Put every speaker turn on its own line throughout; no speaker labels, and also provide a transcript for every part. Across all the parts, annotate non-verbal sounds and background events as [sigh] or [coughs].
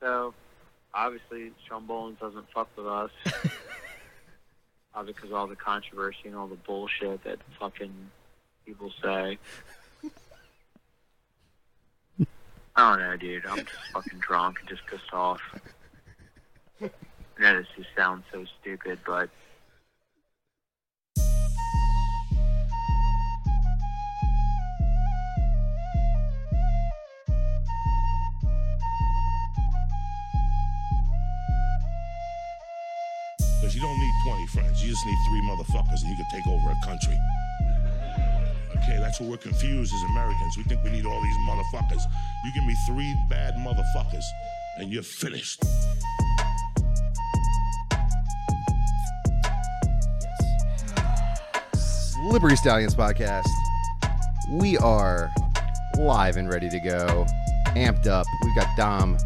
So obviously, Sean Bolins doesn't fuck with us. uh, because of all the controversy and all the bullshit that fucking people say. I don't know, dude. I'm just fucking drunk and just pissed off. I know this just sounds so stupid, but
Because you don't need 20 friends. You just need three motherfuckers and you can take over a country. Okay, that's what we're confused as Americans. We think we need all these motherfuckers. You give me three bad motherfuckers and you're finished.
Liberty Stallions podcast. We are live and ready to go, amped up. We've got Dom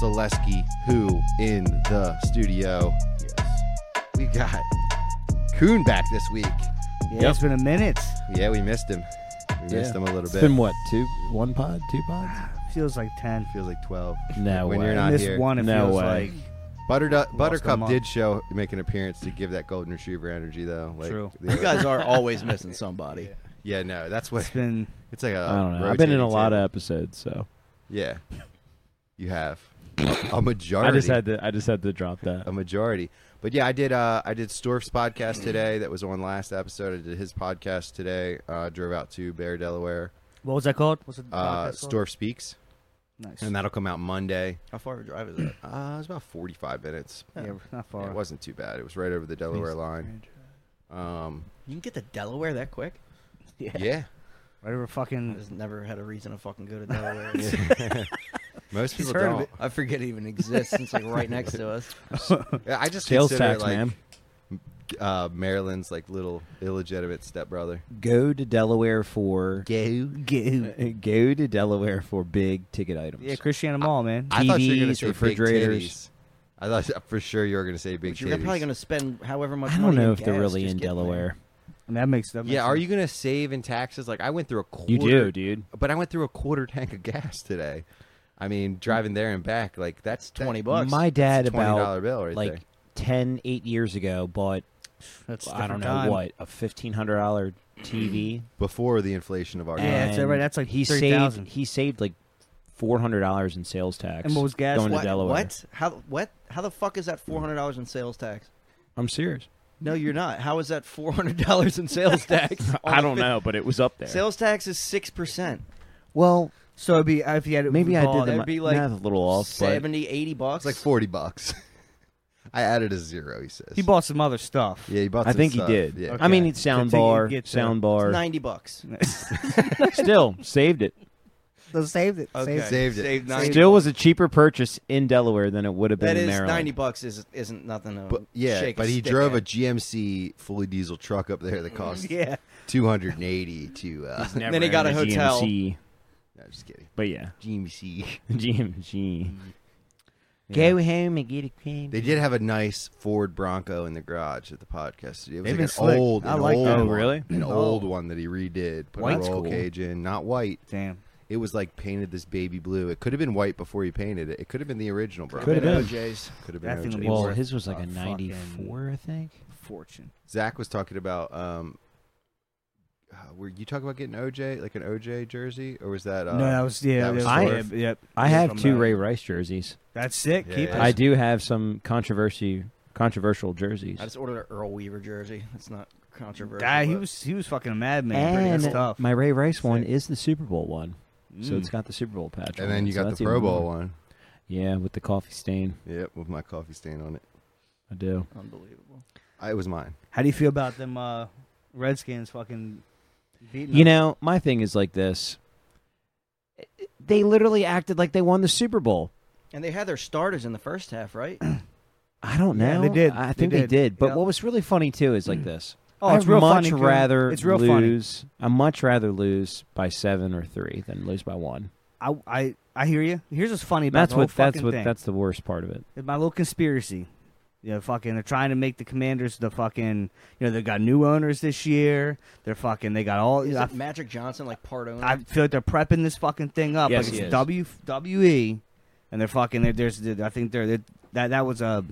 Selesky, who in the studio. Yes. We got Coon back this week.
Yeah, it's been a minute.
Yeah, we missed him. We missed
Yeah.
him a little
It's
bit.
been what two, one pod, two pods?
Feels like ten.
Feels like twelve.
No
When
way.
you're
And
not
this
here.
one, it
No
feels
way.
like
Butterdu- Buttercup
month.
did show make an appearance to give that golden retriever energy though. Like,
True.
the-
You
[laughs]
guys are always missing somebody.
yeah, no, that's what
it's been.
it's like. I
I don't know. I've been in a lot of episodes, so
yeah. You
[coughs]
have a majority.
I just had to. I just had to drop that.
a majority. But yeah, I did. Uh, I did Storf's podcast today. That was on last episode. I did his podcast today. Uh, drove out to Bear, Delaware.
[laughs] What was that called? What's it?
Uh,
podcast called?
Storf speaks,
Nice.
and that'll come out Monday.
How far of a drive is that?
[clears throat] Uh, it was about forty-five minutes.
yeah, we're not far.
It wasn't too bad. It was right over the Delaware line. Um,
You can get to Delaware that quick?
yeah,
Right over
I
fucking.
just never had a reason to
[laughs]
fucking go to Delaware.
most people
heard of
don't.
I forget it even exists. It's like right next to us.
Yeah, I just
Sales
consider it,
tax,
like,
man.
Uh, Maryland's like little illegitimate stepbrother.
Go to Delaware for
Gay.
Goo.
[laughs] go to Delaware for big ticket items.
Yeah, Christiana Mall, man.
I thought you were gonna
TVs,
say
refrigerators.
Big titties. I thought uh, for sure you were gonna say big.
But you're probably
titties.
going to spend however much
I
money
don't know
in
if they're
gas
really
just
in
getting there.
Delaware.
And that makes that. Makes
Yeah, are
sense.
you gonna save in taxes? Like I went through a quarter.
You do, dude.
but I went through a quarter tank of gas today. I mean, driving there and back, like that's that-
20 bucks.
My dad
It's a $20
about
bill right
like
there.
10, 8 years ago bought
That's a
I don't
different
know
time.
what a fifteen hundred dollar TV.
before the inflation of our.
Yeah,
lives.
that's right, that's like
he
30,000.
saved. He saved like four hundred dollars in sales tax.
And what was gas?
going
What?
to Delaware?
What? How? What? How the fuck is that four hundred dollars in sales tax?
I'm serious.
No, you're not. How is that four hundred dollars in
[laughs]
sales tax?
I don't know, but it was up
[laughs]
there.
Sales tax is six percent.
well,
So it'd be if you had it
maybe I
recalled,
did the
it'd
ma-
be-
be like
math a little off. But
70, 80 bucks.
it's like forty bucks. [laughs] I added a zero. He says
He bought some other stuff.
Yeah, he bought.
I
some
think he
stuff.
did.
Yeah.
Okay.
I mean, it's sound
Continue,
bar,
get the-
sound bar.
ninety bucks.
[laughs] Still saved it.
[laughs] So saved it.
Okay.
Saved it.
Saved it.
Saved ninety.
Still was a cheaper purchase in Delaware than it would have been
that
in
is
Maryland.
ninety bucks. Is isn't nothing. To
But yeah,
shake
but
a
he
stick
drove a
at.
GMC fully diesel truck up there that cost
[laughs] Yeah.
two hundred and eighty to. Uh,
Never
Then he got
owned
a hotel.
GMC.
[laughs] no, just kidding.
But yeah, [laughs]
GMC.
GMG.
Go
home and get a cream.
They did have a nice Ford Bronco in the garage at the podcast. studio. It was
They've
like
been
an
slick.
old,
I
an
like
old
that.
Oh,
one.
really?
An
Oh.
old one that he redid, put
White's
a roll
cool.
cage in, not white.
Damn.
It was like painted this baby blue. It could have been white before he painted it. It could have been the original Bronco.
Could have
been OJ's. Could have
That
been OJ's.
thing would be
Well,
worth
his was like
a
a ninety four, I think.
Fortune.
Zach was talking about. Um, uh, were you talking about getting OJ like an OJ jersey, or was that? Uh,
no, that was yeah.
that was
that
Swerve.
yeah, yep.
I
Yeah,
have
from
two
that.
Ray Rice jerseys.
That's sick.
Yeah,
Keep
yeah.
it.
I do have some controversy, controversial jerseys.
I just ordered an Earl Weaver jersey. That's not controversial.
Guy, he
but-
was he was fucking a madman. Pretty good
and
stuff.
my Ray Rice one
Sick.
is the Super Bowl one, so
Mm.
it's got the Super Bowl patch.
And
on
then
it,
you
so
got
that's
the
even
Pro Bowl
more-
one.
Yeah, with the coffee stain.
Yep, with my coffee stain on it.
I do.
unbelievable.
I, it was mine.
How do you feel about them uh, Redskins fucking beating?
You
us?
know, my thing is like this. They literally acted like they won the Super Bowl.
And they had their starters in the first
[clears throat]
half, right?
I don't know.
Yeah, they did.
I
They
think they
did.
did. But
Yeah.
what was really funny too is like this.
[clears throat] oh, it's
I'd
real
much
funny. Coon.
rather
It's real funny.
lose. I much rather lose by seven or three than lose by one.
I, I I hear you. Here's what's funny about
that's
the whole
what. That's
fucking
what.
thing.
That's the worst part of it.
It's my little conspiracy. You know, fucking, they're trying to make the Commanders the fucking. You know, they got new owners this year. They're fucking. They got all.
Is
I,
it Magic Johnson like part owner?
I feel like they're prepping this fucking thing up.
Yes,
like
he
it's
is.
W W E. and they're fucking. They're, there's, I think they're, they're that that was a,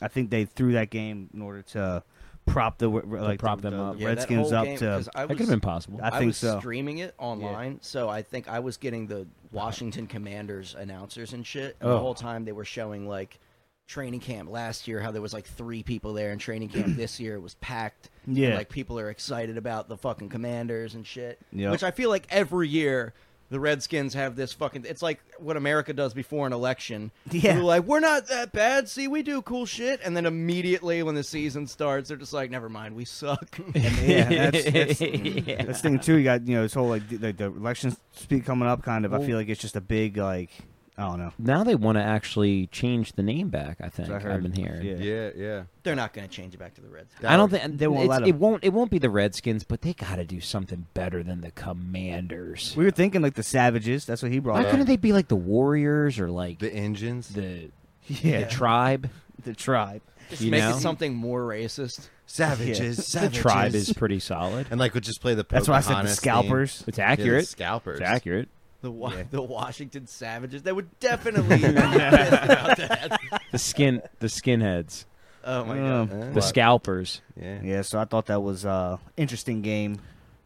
I think they threw that game in order to prop the like
prop
the,
them
the
up.
Yeah, that
Redskins
whole
up
game,
to.
'cause I
That could
was-
have been possible.
I
I
think
was
so.
streaming it online, so I think I was getting the Washington Commanders announcers and shit. And
Oh.
The whole time they were showing like training camp last year, how there was like three people there, and
[clears throat]
training camp this year was packed. and,
Yeah.
like people are excited about the fucking Commanders and shit.
Yep.
Which I feel like every year the Redskins have this fucking. It's like what America does before an election.
Yeah.
They're like we're not that bad. See, we do cool shit, and then immediately when the season starts, they're just like, never mind, we suck.
[laughs]
[laughs]
yeah, that's, that's, that's the thing too. You got you know this whole like the, the election speed coming up. Kind of, I feel like it's just a big like I don't know.
Now they want to actually change the name back. I think
I
I
heard.
have been hearing.
Yeah.
Yeah, yeah.
They're not going to change it back to the Redskins.
I don't think
They won't
it's-
let 'em.
it won't. It won't be the Redskins, but they got to do something better than the Commanders.
We were thinking like the Savages. That's what he brought
Why
up.
couldn't they be like the Warriors or like
The engines.
the
[laughs] yeah,
the tribe?
the tribe.
Just
You
make
know?
it something more racist.
savages.
The
Savages.
tribe
[laughs]
is pretty solid.
And like, we'll just play the.
That's why I said the
Pocahontas theme.
scalpers.
It's
Yeah, the
accurate.
scalpers.
it's accurate.
The wa- the Washington Savages. They would definitely be pissed [laughs] about that.
The skin. The skinheads.
Oh my
Yeah.
god.
The scalpers.
Yeah.
Yeah, so I thought that was uh interesting game.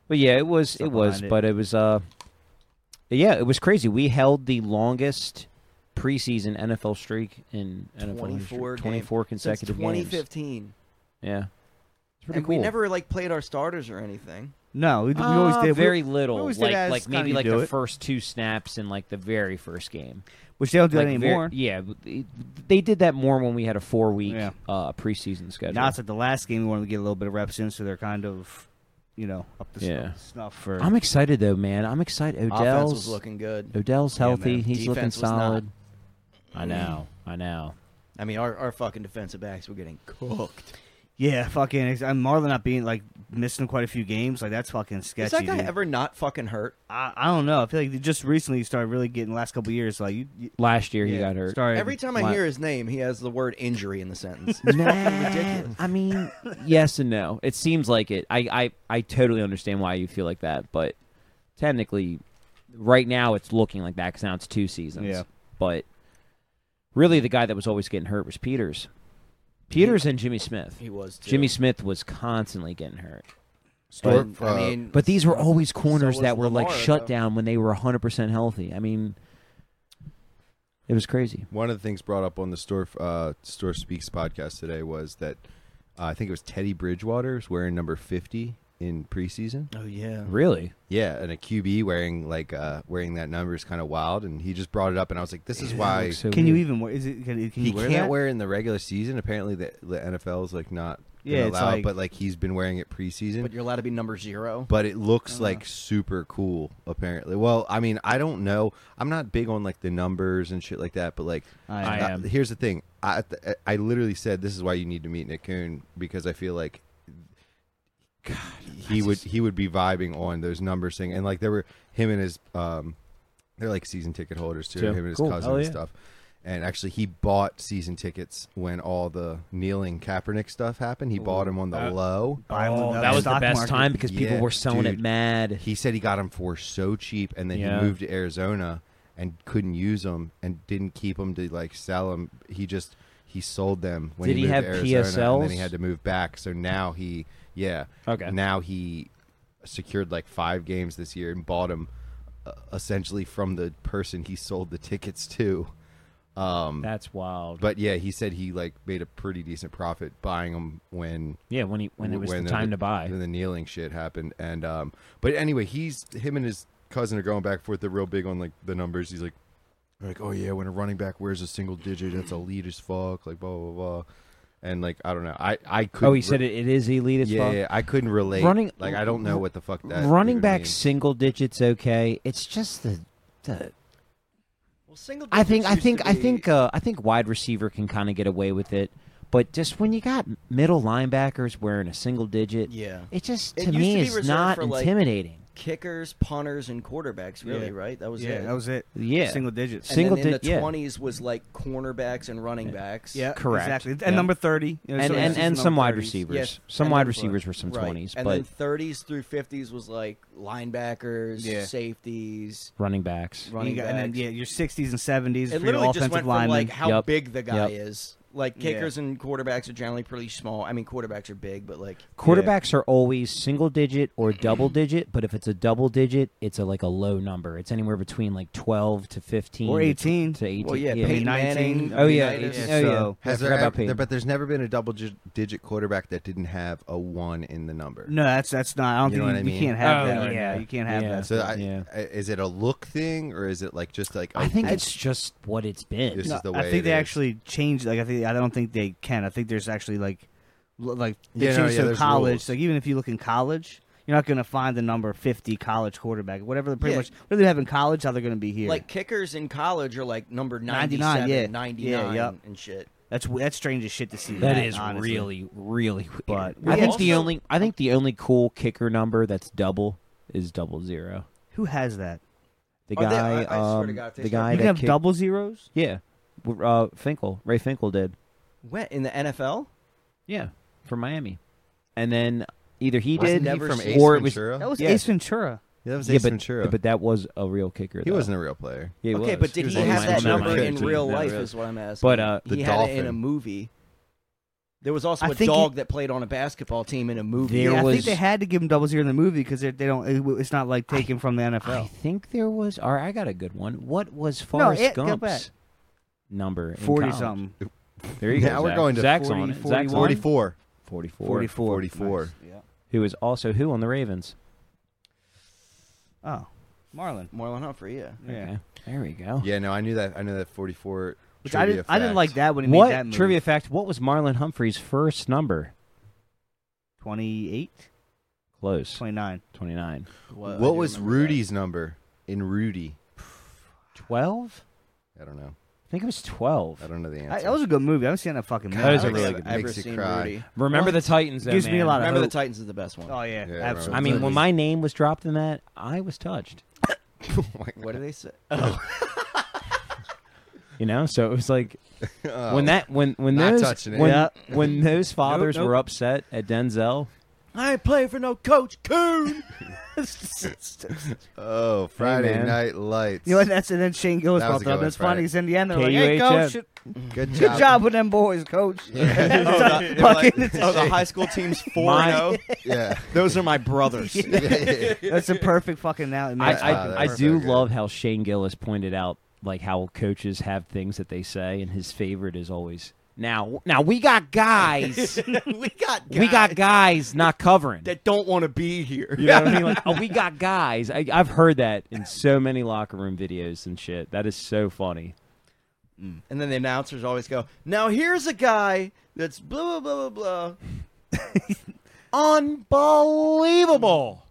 But yeah, it was
Stuff
it was,
behind it.
but it was uh yeah, it was crazy. We held the longest preseason NFL streak in NFL
24
history. 24
Since
consecutive games.
2015.
Yeah. It's pretty
And
cool.
we never like played our starters or anything.
No, we, we
Uh,
always did
very
we,
little.
we always did
like
ask
like
kinda
maybe
you
like
do
the
it.
first two snaps in like the very first game.
which they don't do
like
that
ver-
anymore.
yeah, it- they did that more when we had a 4 week
Yeah.
uh preseason schedule.
Now it's like the last game we wanted to get a little bit of reps in, so they're kind of, you know, up to
Yeah.
snuff- snuff for.
I'm excited though, man. I'm excited.
Offense was
Odell's
looking good.
Odell's
Yeah,
healthy.
man.
He's looking
Defense was not.
solid. I know. I know.
I mean, our, our fucking defensive backs were getting cooked.
yeah, fucking. ex- And Marlon not being like missing quite a few games, like that's fucking sketchy.
Is that guy
dude.
ever not fucking hurt?
I, I don't know. I feel like they just recently he started really getting the last couple years. Like you, you
Last year
yeah,
he got hurt.
Started,
Every time I
Why-
hear his name, he has the word injury in the [laughs] sentence.
Nah, I mean, yes and no. It seems like it. I, I, I totally understand why you feel like that, but technically, right now it's looking like that because now it's two seasons.
Yeah.
But really, the guy that was always getting hurt was Peters. Peters and Jimmy Smith.
He was too.
Jimmy Smith was constantly getting hurt.
Store-
But, I
uh,
mean,
But these were always corners
was
that were like
Lamar,
shut
though.
down when they were 100% healthy. I mean, it was crazy.
One of the things brought up on the store uh, store speaks podcast today was that uh, I think it was Teddy Bridgewater is wearing number fifty in preseason.
oh yeah.
Really?
Yeah, and a QB wearing like uh, wearing that number is kind of wild. And he just brought it up, and I was like, "This is why
Looks so
Can you
weird.
even wear? Is it? Can, can
he
you wear
can't
that?
wear it in the regular season." Apparently, the, the NFL is like not gonna
Yeah, it's
allow,
like-
it, but like he's been wearing it preseason.
But you're allowed to be number zero.
but it looks like super cool apparently well i mean i don't know i'm not big on like the numbers and shit like that but like
I
uh,
am.
here's the thing i th- i literally said this is why you need to meet nick Coon because i feel like he would he would be vibing on those numbers thing and like there were him and his um they're like season ticket holders too
Yeah.
him and his
Cool.
cousin
Hell
and
yeah.
stuff and actually he bought season tickets when all the kneeling Kaepernick stuff happened he bought them on the low
Buy him
Oh,
another
that was the
stock
best
market.
time because people
Yeah,
were selling it
dude.
mad.
he said he got them for so cheap and then
Yeah.
he moved to arizona and couldn't use them and didn't keep them to like sell them he just he sold them when
Did he
moved
have
to arizona and then he
PSLs?
had to move back so now he yeah
Okay.
now he secured like five games this year and bought them uh, essentially from the person he sold the tickets to
That's wild.
but yeah he said he like made a pretty decent profit buying them when
yeah, when he when it was the time to buy.
when the kneeling shit happened and um but anyway he's him and his cousin are going back and forth they're real big on like the numbers he's like they're like oh yeah when a running back wears a single digit that's elite as fuck like blah blah blah and like i don't know i i could
oh, he said it, it is elite as
yeah,
fuck.
yeah i couldn't relate
Running-
like i don't know what the fuck that
Running oh,
even
back
means.
single digits okay. It's just the, the
Well, single
I think I
digits used
think
to
I
be-
think uh, I think wide receiver can kind of get away with it, but just when you got middle linebackers wearing a single digit,
Yeah.
it just
It
to
used
me
to be
is
reserved
not
for, like-
intimidating.
kickers, punters, and quarterbacks. Really,
Yeah.
right? That was
yeah,
it.
that was it.
Yeah.
single digits.
And
Single
then in
di-
the
yeah.
twenties was like cornerbacks and running backs.
yeah,
correct.
Exactly. And
Yeah.
number thirty, you know,
and
so
and,
it's
and
just
some
number
wide
30s.
receivers.
Yes,
Some
and
wide
then-
receivers were some
Right.
twenties,
and
but
then thirties through fifties was like linebackers,
Yeah.
safeties,
running backs.
And,
running
you got-
backs.
and then yeah, your sixties and seventies.
it
for your
literally just
offensive
went from
linemen.
like how
Yup.
big the guy
Yup.
is. Like
Yeah.
kickers and quarterbacks are generally pretty small. I mean, quarterbacks are big, but like
Quarterbacks are always single digit or double digit, but if it's a double digit, it's a like a low number. It's anywhere between like twelve to fifteen
Or
to-
18.
to eighteen.
Well, yeah,
yeah.
Peyton
nineteen.
Manning.
Oh yeah,
Leonidas.
yeah,
it's-
oh yeah.
So-
I
Has there,
forgot about
ev- there-
Peyton.
but there's never been a double dig- digit quarterback that didn't have a one in the number.
no, that's that's not. I don't
You know
think
what
you,
I
you
mean?
can't have
Oh,
that. right
yeah.
now. you can't have
Yeah.
that.
So I,
Yeah.
I- is it a look thing or is it like just like
I
oh,
think
this-
it's just what it's been.
this
No,
is the way
I think
it
they
is.
actually changed. Like I think I don't think they can. I think there's actually like, l- like they
Yeah, no,
changed
yeah,
to
there's
college.
rules.
Like even if you look in college, you're not going to find the number 50 college quarterback. Whatever, pretty
Yeah.
much whatever they have in college, how they're going to be here.
like kickers in college are like number
99,
97,
yeah.
99
Yeah, yup.
and shit.
that's w- that's strange as shit to see.
That is
honestly.
really, really weird.
But-
I
We
think the
also-
only I think the only cool kicker number that's double is double zero.
Who has that?
The
Are they-
guy,
I- I swear
um,
to God, they
the
start-
guy
You
that
can have
kicked-
double zeros.
yeah, w- uh, Finkel, Ray Finkel did,
What in the NFL?
yeah, from Miami, and then either he
Wasn't
did
he
never
from
seen-
Ace
or it was-
Ventura.
That was
Yeah.
Ace Ventura.
yeah, that was
yeah,
Ace
but
Ventura.
but that was a real kicker.
he
though.
wasn't a real player.
Yeah, he
okay,
was.
but did
was
he
on
have
the
that
Miami
number
Dolphins.
in
Kicked
real
it.
life?
Yeah.
Is what I'm asking.
But uh,
he
The
had it in a
Dolphin.
movie. There was also
I
a
think
dog
he-
that played on a basketball team in a movie.
There
yeah, I think
was-
they had to give him double zero in the movie because they don't. It, it's not like taken from the NFL.
I think there was. All right, I got a good one. What was Forrest
it- go back.
Gump's number? in
40
college?
something.
There you go.
Now we're
Zach.
going to
Zach's
40,
on it. Zach's on it.
41?
44.
44.
44.
44.
Nice.
Who is also who on the Ravens?
Yeah. Oh, Marlon.
Marlon Humphrey, yeah.
Yeah.
Okay. There we go.
Yeah, no, I knew that. I knew that 44.
Which I
trivia
didn't. I didn't
fact.
like that when he
what
made that move.
trivia fact? What was Marlon Humphrey's first number?
28,
Close.
29.
Twenty-nine.
Whoa, I
what
do
was
remember that.
Rudy's number in Rudy?
Twelve?
I don't know.
I think it was twelve.
I don't know the answer.
I, that
[laughs]
was a good movie. I haven't seen that fucking movie.
God,
That is a
I don't
really
think
good-
I've ever
makes you
seen
cry.
Rudy.
Remember the Titans. Though,
Gives me a
man.
lot of-
Remember the
hope.
Titans is the best one.
Oh yeah,
Yeah,
absolutely.
I mean,
[laughs]
when my name was dropped in that, I was touched.
Oh
What do they say? [laughs]
You know, so it was like
Oh.
when that when when
Not
those
touching it.
when,
Yeah.
when those fathers
nope.
were upset at Denzel.
I ain't playing for no coach Coon.
Oh, Friday
man.
Night Lights.
you know, what, that's and then Shane Gillis
That was a
popped
good
up.
one,
That's funny.
Frank.
He's in the end. They're like, "Hey, coach,
KUHF.
good
good
good
job. Oh,
job with them boys, coach." [laughs] Oh,
the, [laughs]
Fucking-
high school team's four
My-
[laughs]
[laughs]
Yeah.
Those are my [laughs]
[laughs]
brothers.
that's a perfect fucking now. it
I
makes-
I,
Ah, that's
I do
so good.
love how Shane Gillis pointed out like how coaches have things that they say, and his favorite is always now. Now we
[laughs]
got guys,
we got guys
we got guys not covering.
that don't want to be here.
You know what I
[laughs]
mean? Like, oh, we got guys. I, I've heard that in so many locker room videos and shit. That is so funny.
And then the announcers always go, "Now here's a guy that's blah blah blah blah blah." Unbelievable.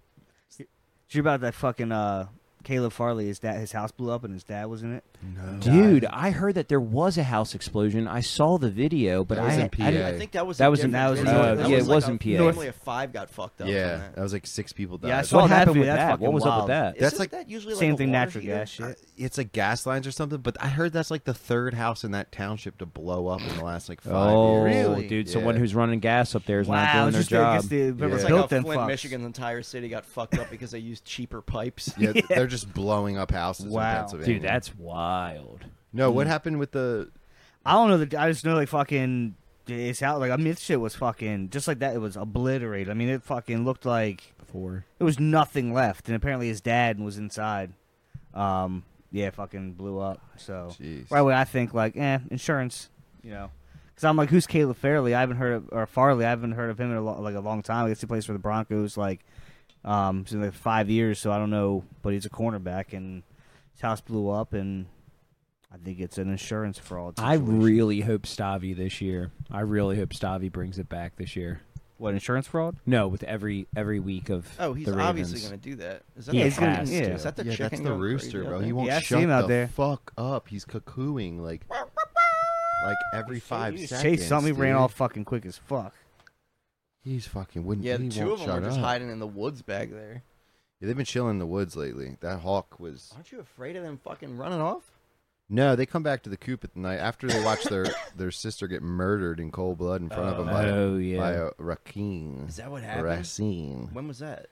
Did you hear about that fucking uh, Caleb Farley? His dad, his house blew up, and his dad was in it.
Oh,
Dude, I heard that there was a house explosion. I saw the video, but
That
I,
was in
I didn't-
PA.
I think that was
That
a
was in-
different
that was in-
video.
uh, yeah, it
like
was
a
in PA.
Family of five got fucked up.
yeah.
from
That
that.
was like six people died.
Yeah, I saw
what
that
happened
video.
with
That's
that?
fucking
What was up
wild.
with that?
That's
Isn't
like-
that usually
Same
like a
thing,
water
natural
heater?
gas shit.
Uh, It's like gas lines or something, but I heard that's like the third house in that township to blow up in the last like five
Oh,
years.
Really?
dude,
Yeah.
someone who's running gas up there is not
wow,
doing
it's
their
just I
job.
guess they whoever
Yeah.
It's like
built
how
them
Flint,
fucks.
Michigan's entire city got fucked up because they used cheaper pipes.
[laughs]
Yeah, th- they're just blowing up houses
Wow.
in Pennsylvania.
Dude, that's wild.
no. What
Mm.
happened with the?
I don't know. The, I just know like fucking. It's how like I mean, this shit was fucking just like that. It was obliterated. I mean, it fucking looked like
Before.
There was nothing left, and apparently his dad was inside. Um, yeah, fucking blew up. So
Jeez.
right away, I think like, eh, insurance, you know, because I'm like, who's Caleb Farley? I haven't heard of, or Farley. I haven't heard of him in a lo- like a long time. I guess he plays for the Broncos like, um, it's been, like five years. So I don't know, but he's a cornerback, and his house blew up, and I think it's an insurance fraud.
I
situation.
really hope Stavi this year. I really hope Stavi brings it back this year.
what insurance fraud?
No, with every every week of
[laughs] Oh, he's
the
obviously
Ravens.
going to do that. Is that
Yeah,
the
he's gonna-
chicken?
yeah.
Is that the
yeah,
chicken?
that's the
going crazy
rooster,
up
bro.
there?
He won't
Yeah, I see
shut
him out
the
there.
fuck up. He's cuckooing like, like every five
He just
seconds.
chased something, he ran
dude.
off fucking quick as fuck.
He's fucking wouldn't.
Yeah,
he
the two
won't
of them
shut
were just
up.
hiding in the woods back there.
Yeah, they've been chilling in the woods lately. That hawk was.
Aren't you afraid of them fucking running off?
No, they come back to the coop at the night after they watch
[laughs]
their their sister get murdered in cold blood in front of them by,
Oh, yeah.
by a raccoon.
Is that what happened?
Racine.
When was that?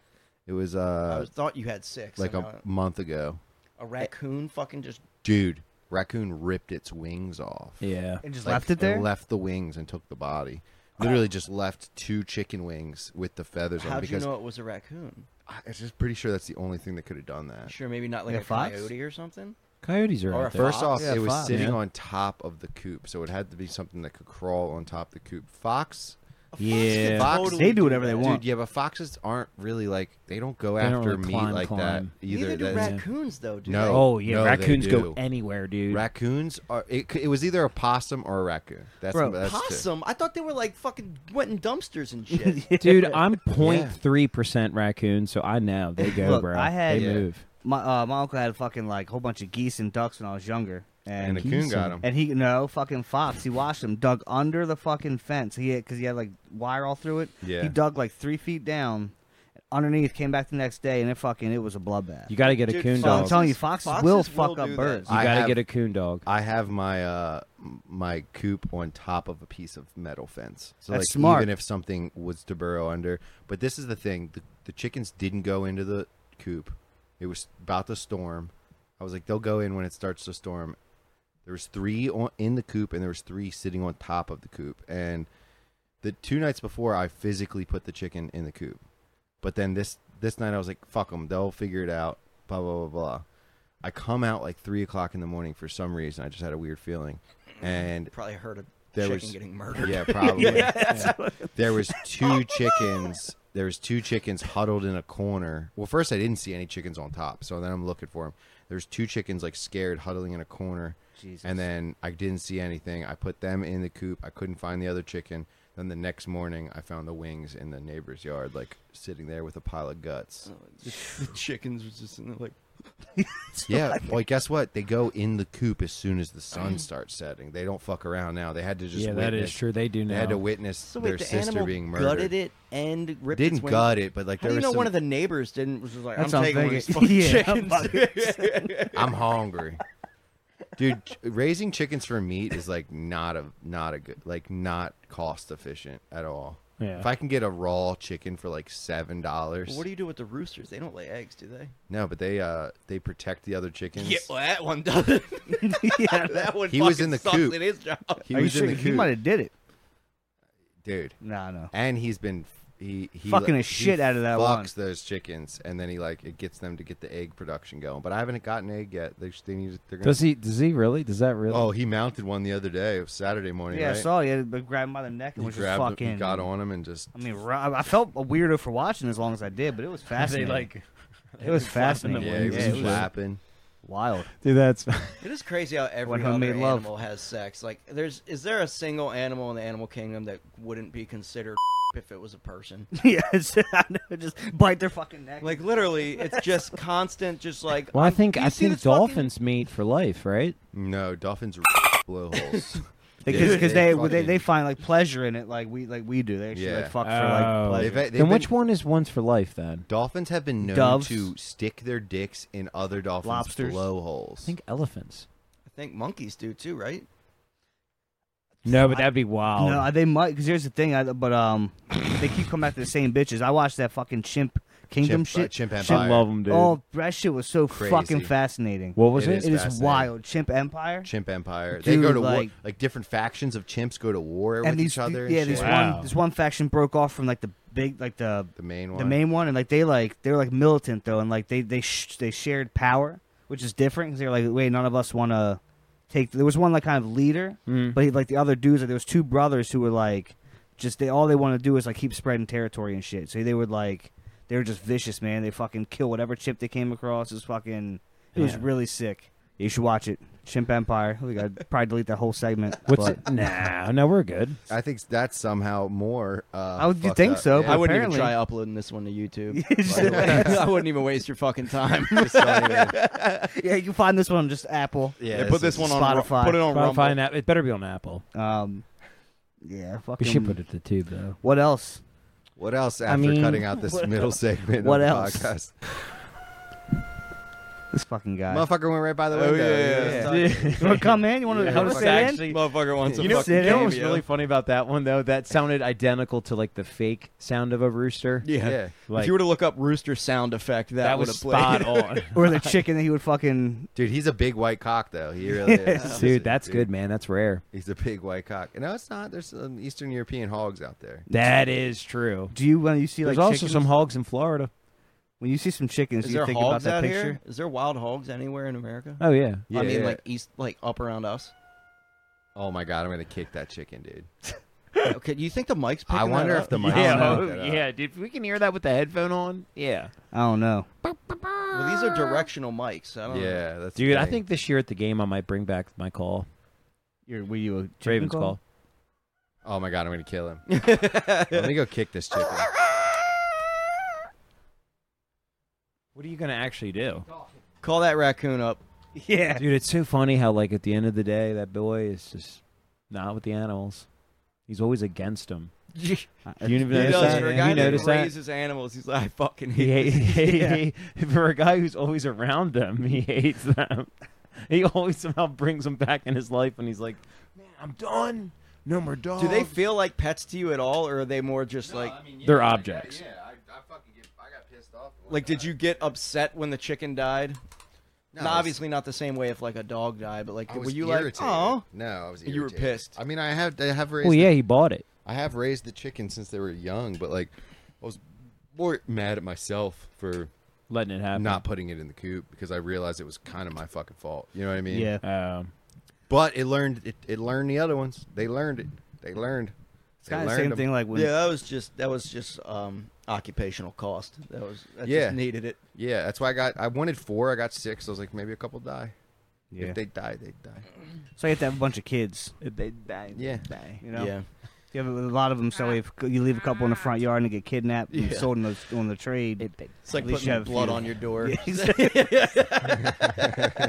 It was
I
uh
was, thought you had six.
like
I'm
a
not-
month ago.
a raccoon fucking just
Dude, raccoon ripped its wings off.
Yeah.
And just
Like,
left it there. [laughs]
Left the wings and took the body. Literally just left two chicken wings with the feathers on
How'd you
because
know it was a raccoon?
I was just pretty sure that's the only thing that could have done that.
Sure, maybe not like
Like
a
a fox?
coyote or something.
Coyotes are
Or
out
a
there.
First off,
Yeah,
it was
fox.
sitting
Yeah.
on top of the coop, so it had to be something that could crawl on top of the coop. Fox,
Yeah.
Fox-
They do whatever they
that.
want.
dude, yeah, but foxes aren't really like they don't go
don't
after
really
meat
climb,
like
climb.
that either.
Neither do
That's-
raccoons, though. Do
No.
Oh yeah,
no, they
raccoons
do.
go anywhere, dude.
Raccoons are. It, c- it was either a possum or a raccoon. That's,
Bro,
they?
that's two.
possum. I thought they were like fucking went in dumpsters
[laughs]
and
[laughs]
shit.
dude, I'm 03 percent raccoon, so I know they go,
Look,
bro.
I had-
they
Yeah.
move.
my uh, my uncle had fucking like a whole bunch of geese and ducks when I was younger, and
And a coon got him.
And he no fucking fox. He watched him dug under the fucking fence. He because he had like wire all through it.
Yeah.
He dug like three feet down, underneath. Came back the next day and it fucking it was a bloodbath.
You got to get a
Dude,
coon
so I'm
dog.
telling you,
Foxes-
foxes, will
foxes will
fuck
do
up birds.
that.
you
I
got to
have-
get a coon dog.
I have my uh m- my coop on top of a piece of metal fence. So
That's
like
smart.
even if something was to burrow under. But this is the thing, the, the chickens didn't go into the coop. It was about to storm. I was like they'll go in when it starts to storm. There was 3 on, in the coop and there was 3 sitting on top of the coop and the two nights before I physically put the chicken in the coop. But then this this night I was like, fuck them, they'll figure it out. Blah blah blah blah. I come out like three o'clock in the morning for some reason. I just had a weird feeling, and
Probably heard a
There
chicken
was-
getting murdered. [laughs]
yeah, probably. There was
Oh.
two chickens. There was two chickens huddled in a corner. Well, first I didn't see any chickens on top, so then I'm looking for them. There's two chickens like scared, huddling in a corner.
Jesus.
And then I didn't see anything. I put them in the coop. I couldn't find the other chicken. Then the next morning, I found the wings in the neighbor's yard, like sitting there with a pile of guts.
the chickens was just in there like.
Yeah, well, guess what? They go in the coop as soon as the sun starts setting. They don't fuck around now. They had to just
yeah,
witness.
that is true. They do
They
now.
had to witness
So
their
wait, the
sister
animal
being
gutted
murdered.
it and ripped
Didn't
its wing-
gut it, but like
How
there
do you
was
know
some,
one of the neighbors didn't was just like
That's
I'm
what I'm
taking one of these
thinking.
fucking
Yeah,
chickens.
I'm
[laughs]
[laughs]
I'm hungry. Dude, ch- raising chickens for meat is like not a not a good like not cost efficient at all.
Yeah.
If I can get a raw chicken for like seven dollars,
Well, what do you do with the roosters? They don't lay eggs, do they?
no, but they uh they protect the other chickens.
that one doesn't.
yeah.
that one.
He was
fucking
in the
sucks
coop.
at his job.
he
Are you
was
sure?
in the
He
coop,
might have did it.
dude,
No, no.
and he's been he he
Fucking
like,
the
he
shit out of that
fucks
one.
those chickens, and then he like it gets them to get the egg production going. But I haven't gotten egg yet. They just, they need they're gonna.
Does he? Does he really? Does that really?
Oh, he mounted one the other day, Saturday morning.
Yeah,
right?
I saw you but grabbed him by the neck and
He
was just
grabbed him,
fucking.
he got on him, and just
I mean, ro- I felt a weirdo for watching as long as I did, but
[laughs]
it was fascinating. it was fascinating.
yeah, he was
it was
flapping.
wild. [laughs]
dude, that's
It is crazy how every other
homemade love.
animal has sex. Like, there's is there a single animal in the animal kingdom that wouldn't be considered [laughs] if it was a person?
yeah, it's, [laughs] I know, just bite their fucking neck.
Like, literally, it's just constant. Just like
well. I
I'm-
think
you
I
see
think
this fucking-
dolphins mate for life, right?
No, dolphins r- [laughs] blowholes.
because
Yeah,
cause [laughs] they,
fucking-
they they find like pleasure in it, like we like we do. They actually
Yeah.
like fuck for like
Oh.
They've-
pleasure.
they've
then which
been-
one is one's for life? Then
[laughs] Dolphins have been known
Doves.
to stick their dicks in other dolphins'
Lobsters.
I
blowholes.
think elephants.
I think monkeys do too, right?
No, but that'd be wild.
No, they might. Because here's the thing, I, but um, they keep coming after the same bitches. I watched that fucking chimp kingdom
Chimp- uh,
shit.
chimp
should
empire.
love them, dude.
oh, that shit was so
Crazy.
fucking fascinating.
what was
It
it?
is
It is
fascinating.
wild. Chimp empire.
Chimp empire. they
Dude,
go to war.
like-
Like different factions of chimps go to war with
these,
each other. and
yeah,
shit.
this
Wow.
one this one faction broke off from like the big like the
The main one.
the main one, and like they like they were like militant though, and like they they sh- they shared power, which is different because they were like, wait, none of us want to take. There was one like kind of leader,
Mm-hmm.
but he, like the other dudes, like there was two brothers who were like, just they all they want to do is like keep spreading territory and shit. So they would like they were just vicious, man. They fucking kill whatever chip they came across. It was fucking it was
Yeah.
really sick. You should watch it, Chimp Empire. I
[laughs]
think I'd probably delete that whole segment.
What's
but
it? Nah, no, we're good.
I think that's somehow more. Uh,
I would- you
fucked
think
up.
so,
Yeah.
I wouldn't
Apparently.
even try uploading this one to YouTube.
Just-
by the way. [laughs] I wouldn't even waste your
[laughs]
fucking time.
Just don't even-
Yeah, you can find this one on just Apple.
yeah,
Yeah,
this
put this
is-
one on Ru-
Spotify.
Put it on Rumble.
Spotify and App- It better be on Apple.
Um, yeah, fucking.
We should put it to tube though.
What else?
What else after
[laughs]
mean-
cutting out this middle segment?
What
of the
else?
Podcast?
This fucking guy.
Motherfucker went right by the
Oh,
window.
yeah,
yeah.
you want to come in? You want to
Yeah.
help
That
us
was
in?
actually-
Motherfucker wants a
You know,
fucking
you know what was
cameo.
really funny about that one though? That sounded identical to like the fake sound of a rooster.
Yeah.
Yeah.
Like-
if you were to look up rooster sound effect, that,
that
would
was
have played.
spot on,
Or the chicken that he would fucking.
Dude, he's a big white cock, though. He really is.
dude. That's good, man. That's rare.
He's a big white cock. No, it's not. There's some Eastern European hogs out there.
That is true.
Do you when you see like
There's also
chickens-
some hogs in Florida.
when you see some chickens,
Is
do you
there
think about
hogs
that
out
picture?
here? Is there wild hogs anywhere in America?
Oh yeah,
Yeah,
I mean,
yeah.
like east, like up around us.
oh my god, I'm gonna kick that chicken, dude.
Okay, do you think the mic's picking
I
that
wonder
up?
if the mic.
Yeah,
I
oh,
don't know.
Dude, if we can hear that with the headphone on, yeah.
I don't know.
Well, these are directional mics. I don't know.
Yeah, that's the
Dude, I
thing.
think this year at the game, I might bring back my call,
You're, were you a chicken
Ravens call.
Oh my god, I'm gonna kill him. Let me go kick this chicken.
What are you gonna actually do,
[laughs] Call that raccoon up. [laughs]
Yeah.
dude? It's so funny how like at the end of the day, that boy is just not with the animals. He's always against them.
he
You even
Uh, He
notice
does,
that?
For a
You
guy that
notice that?
raises animals, he's like, I fucking hate.
He, hate, [laughs]
this.
he- he- for a guy who's always around them, he hates them. [laughs] He always somehow brings them back in his life, and he's like, "Man, I'm done. No more dogs."
Do they feel like pets to you at all, or are they more just like,
They're objects.
Yeah, I, I fucking get, I got pissed off.
like, did you get upset when the chicken died?
No,
Now,
I was-
obviously not the same way if like a dog died, but like,
I was
were you
irritated.
like, oh,
no, I was. Irritated.
You were pissed.
I mean, I have, I have raised,
Well, Oh, yeah, he bought it.
I have raised the chicken since they were young, but like, I was more mad at myself for
Letting it happen.
not putting it in the coop because I realized it was kind of my fucking fault. You know what I mean?
Yeah.
Um,
But it learned, it, it learned the other ones. They learned it. They learned.
It's kind of the same thing like when
yeah, that was just that was just um, occupational cost. That was that
Yeah.
just needed it.
Yeah, that's why I got. I wanted four. I got six. I was like, maybe a couple die.
Yeah.
If they die, they die.
So you have to have a bunch of kids.
they die.
Yeah.
You know. You have a lot of them, so if you leave a couple in the front yard and they get kidnapped and
Yeah.
sold on the on the trade.
it's like
At least you
putting
have
blood
few.
on your
[laughs]
door.
Yeah, exactly.
[laughs]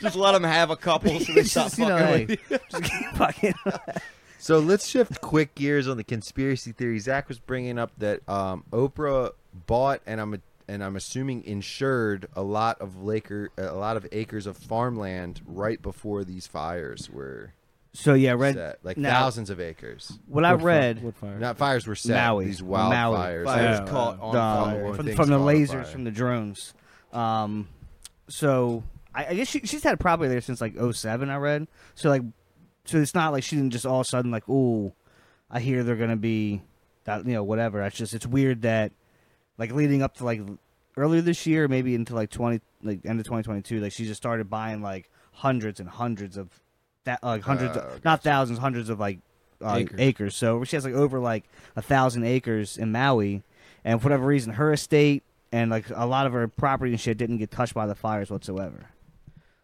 Just let them have
[laughs]
a couple so they
It's
stop
just, you
fucking
know,
with you.
hey, just keep fucking.
[laughs]
So let's shift quick gears on the conspiracy theory. Zach was bringing up that um, Oprah bought and I'm and I'm assuming insured a lot of Laker a lot of acres of farmland right before these fires were
So yeah, red.
set, like
now,
thousands of acres.
What I read
Not fires were set.
Maui.
These
Maui.
wildfires.
Fire.
Fires
Yeah.
caught on
um,
fire.
Or
from,
things
from the
caught on fire.
lasers from the drones. Um, so I, I guess she, she's had a property there since like 07, I read. So like, so it's not like she didn't just all of a sudden like, ooh, I hear they're gonna be that you know whatever. It's just it's weird that like leading up to like earlier this year, maybe into like twenty like end of twenty twenty two, like she just started buying like hundreds and hundreds of that like hundreds,
Oh,
of, not thousands, hundreds of like uh,
Acres.
acres. So she has like over like a thousand acres in Maui, and for whatever reason, her estate and like a lot of her property and shit didn't get touched by the fires whatsoever.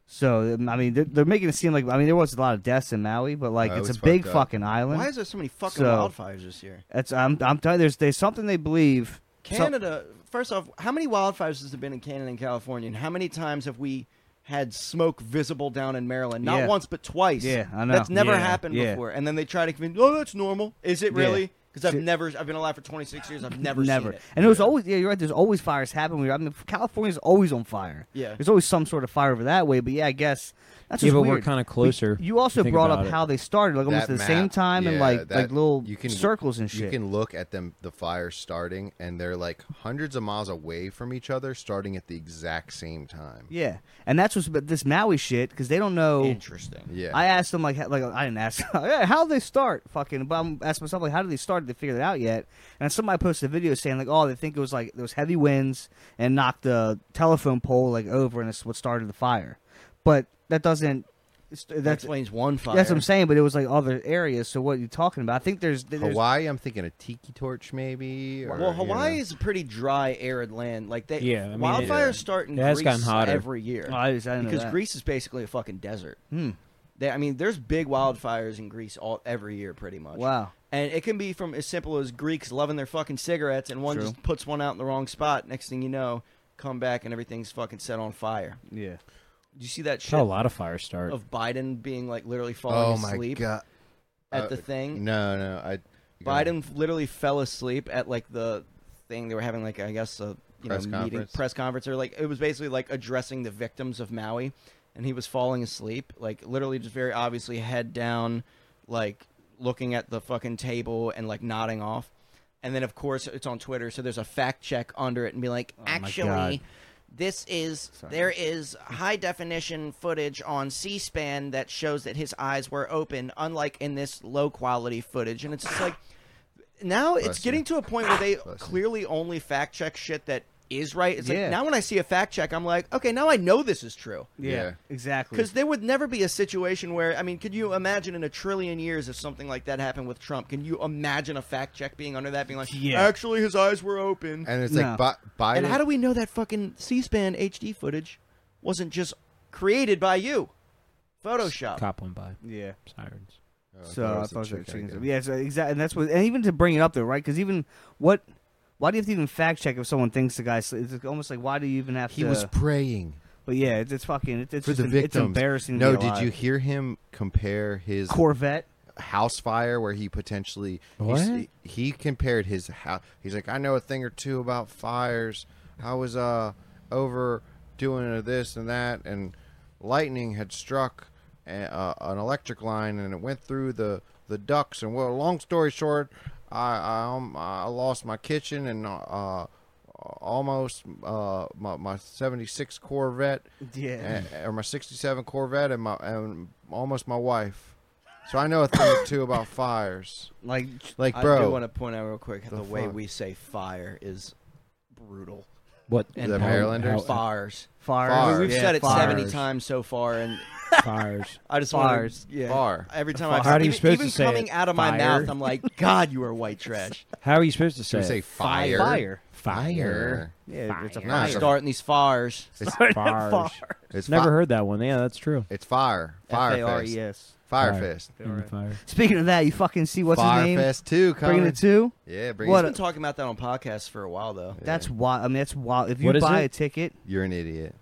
So I mean, they're, they're making it seem like I mean there was a lot of deaths in Maui, but like
Oh,
it's,
it's
a big
fucked up.
fucking island.
Why is there so many
So-
fucking wildfires this year?
That's I'm I'm telling you, there's there's something they believe. so-
Canada. first off, how many wildfires has there been in Canada and California? And how many times have we had smoke visible down in Maryland? Not
Yeah.
once, but twice.
Yeah, I know.
That's never
Yeah,
happened
yeah.
before. And then they try to convince, oh, that's normal. Is it
Yeah.
really? Because I've
Shit.
never, I've been alive for 26 years. I've never,
never.
seen it.
And it was always yeah, you're right. There's always fires happening. I mean, California's always on fire.
Yeah.
there's always some sort of fire over that way. But yeah, I guess that's
Yeah,
just
but we're
weird.
kinda closer
you also
think
brought
about
up
it.
how they started, like almost
That
at the same
map,
time, and
yeah,
like
that-
like little
you can-
circles and shit.
You can look at them the fires starting and they're like hundreds of miles away from each other starting at the exact same time.
yeah, and that's what's but this Maui shit because they don't know.
Interesting.
Yeah.
I asked them like how- [laughs] like I didn't ask "Yeah, how did they start fucking but I'm asking myself like how did they start did they figure it out yet and somebody posted a video saying like oh they think it was like those heavy winds and knocked the telephone pole like over and it's what started the fire but that doesn't it's-
That
that's
explains one fire.
that's what I'm saying but it was like other areas so what are you talking about I think there's, there's
Hawaii, I'm thinking a tiki torch maybe. Or,
Well, Hawaii
you know.
is a pretty dry, arid land. Like they,
Yeah, I mean, it-
wildfires start in
It has
Greece
gotten hotter.
every year
Oh, I just- I didn't know
because
that.
Greece is basically a fucking desert.
Hmm.
They, I mean, there's big wildfires in Greece all every year, pretty much.
wow
And it can be from as simple as Greeks loving their fucking cigarettes, and one just puts one out in the wrong spot. Next thing you know, come back and everything's fucking set on fire.
yeah
Did you see that
That's how a
shit
lot of fires start.
of Biden being like literally
Oh
falling
my
asleep
god.
at
Uh,
the thing?
No, no. I
Biden literally fell asleep at like the thing they were having, like I guess a you
Press
know meeting
conference.
press conference or like it was basically like addressing the victims of Maui, and he was falling asleep, like literally just very obviously head down, like looking at the fucking table and like nodding off. And then of course it's on Twitter, so there's a fact check under it and be like,
Oh
God.
actually, this is there is high definition footage on C-SPAN that shows that his eyes were open, unlike in this low quality footage. And it's just like now it's
you.
getting to a point where they
you.
clearly only fact check shit that is right. It's
Yeah.
like now when I see a fact check, I'm like, okay, now I know this is true.
Yeah,
Yeah.
exactly.
Because there would never be a situation where, I mean, could you imagine in a trillion years if something like that happened with Trump? Can you imagine a fact check being under that, being like,
Yeah.
actually, his eyes were open?
And it's
No.
like Bi- Biden.
And how do we know that fucking C-SPAN HD footage wasn't just created by you? Photoshop.
Cop one by
yeah.
sirens.
Oh,
So
it
I
was
thought it was
chick, I
chickens.
guess.
Yeah, so exactly, and that's what, and even to bring it up though, right? Because even what, why do you have to even fact check if someone thinks the guy's? It's almost like why do you even have
He
to?
was praying
but yeah, it's, it's fucking. It's, it's
for
just
the
em-
victims.
It's embarrassing. to
No,
be
did
alive.
you hear him compare his
Corvette?
house fire where he potentially he's- he compared his house. He's like, I know a thing or two about fires. I was uh over doing this and that, and lightning had struck a, uh, an electric line, and it went through the the ducts. And well, long story short, I I, um, I lost my kitchen and uh almost uh my, my 76 Corvette
Yeah.
and, or my '67 Corvette and my and almost my wife. So I know a thing or two about fires.
Like
Like,
I
bro,
do want to point out real quick the,
The
way
fuck?
we say fire is brutal.
What
And
The
how-
Marylanders?
Fires.
fires.
Fires.
We've
Yeah,
said it
fires.
70 times so far, and
[laughs] fires?
I just
Fires.
want to, yeah.
Fire.
Every time
How
I
are you
even,
supposed
even
to say
coming
it?
out of my
Fire?
mouth, I'm like, God, you are white trash.
How are you supposed to
Should
say?
we say
it?
fire?
Fire.
Fire.
[laughs]
Yeah, it's a
Nah,
fire.
it's a-
Starting these fires.
It's,
Fires.
it's
Never
fi-
heard that one. Yeah, that's true.
It's fire.
E
Fire fest.
F-A-R-E-S.
Fire
Fire.
fest.
In the fire.
E Speaking of that, you fucking see what's
fire
his name?
fest two coming.
Bringing it to?
yeah, bring
What
I've
It.
been talking about that on podcasts for a while, though.
That's wild. I mean, that's wild. If you
What is
buy
it?
a ticket,
You're an idiot.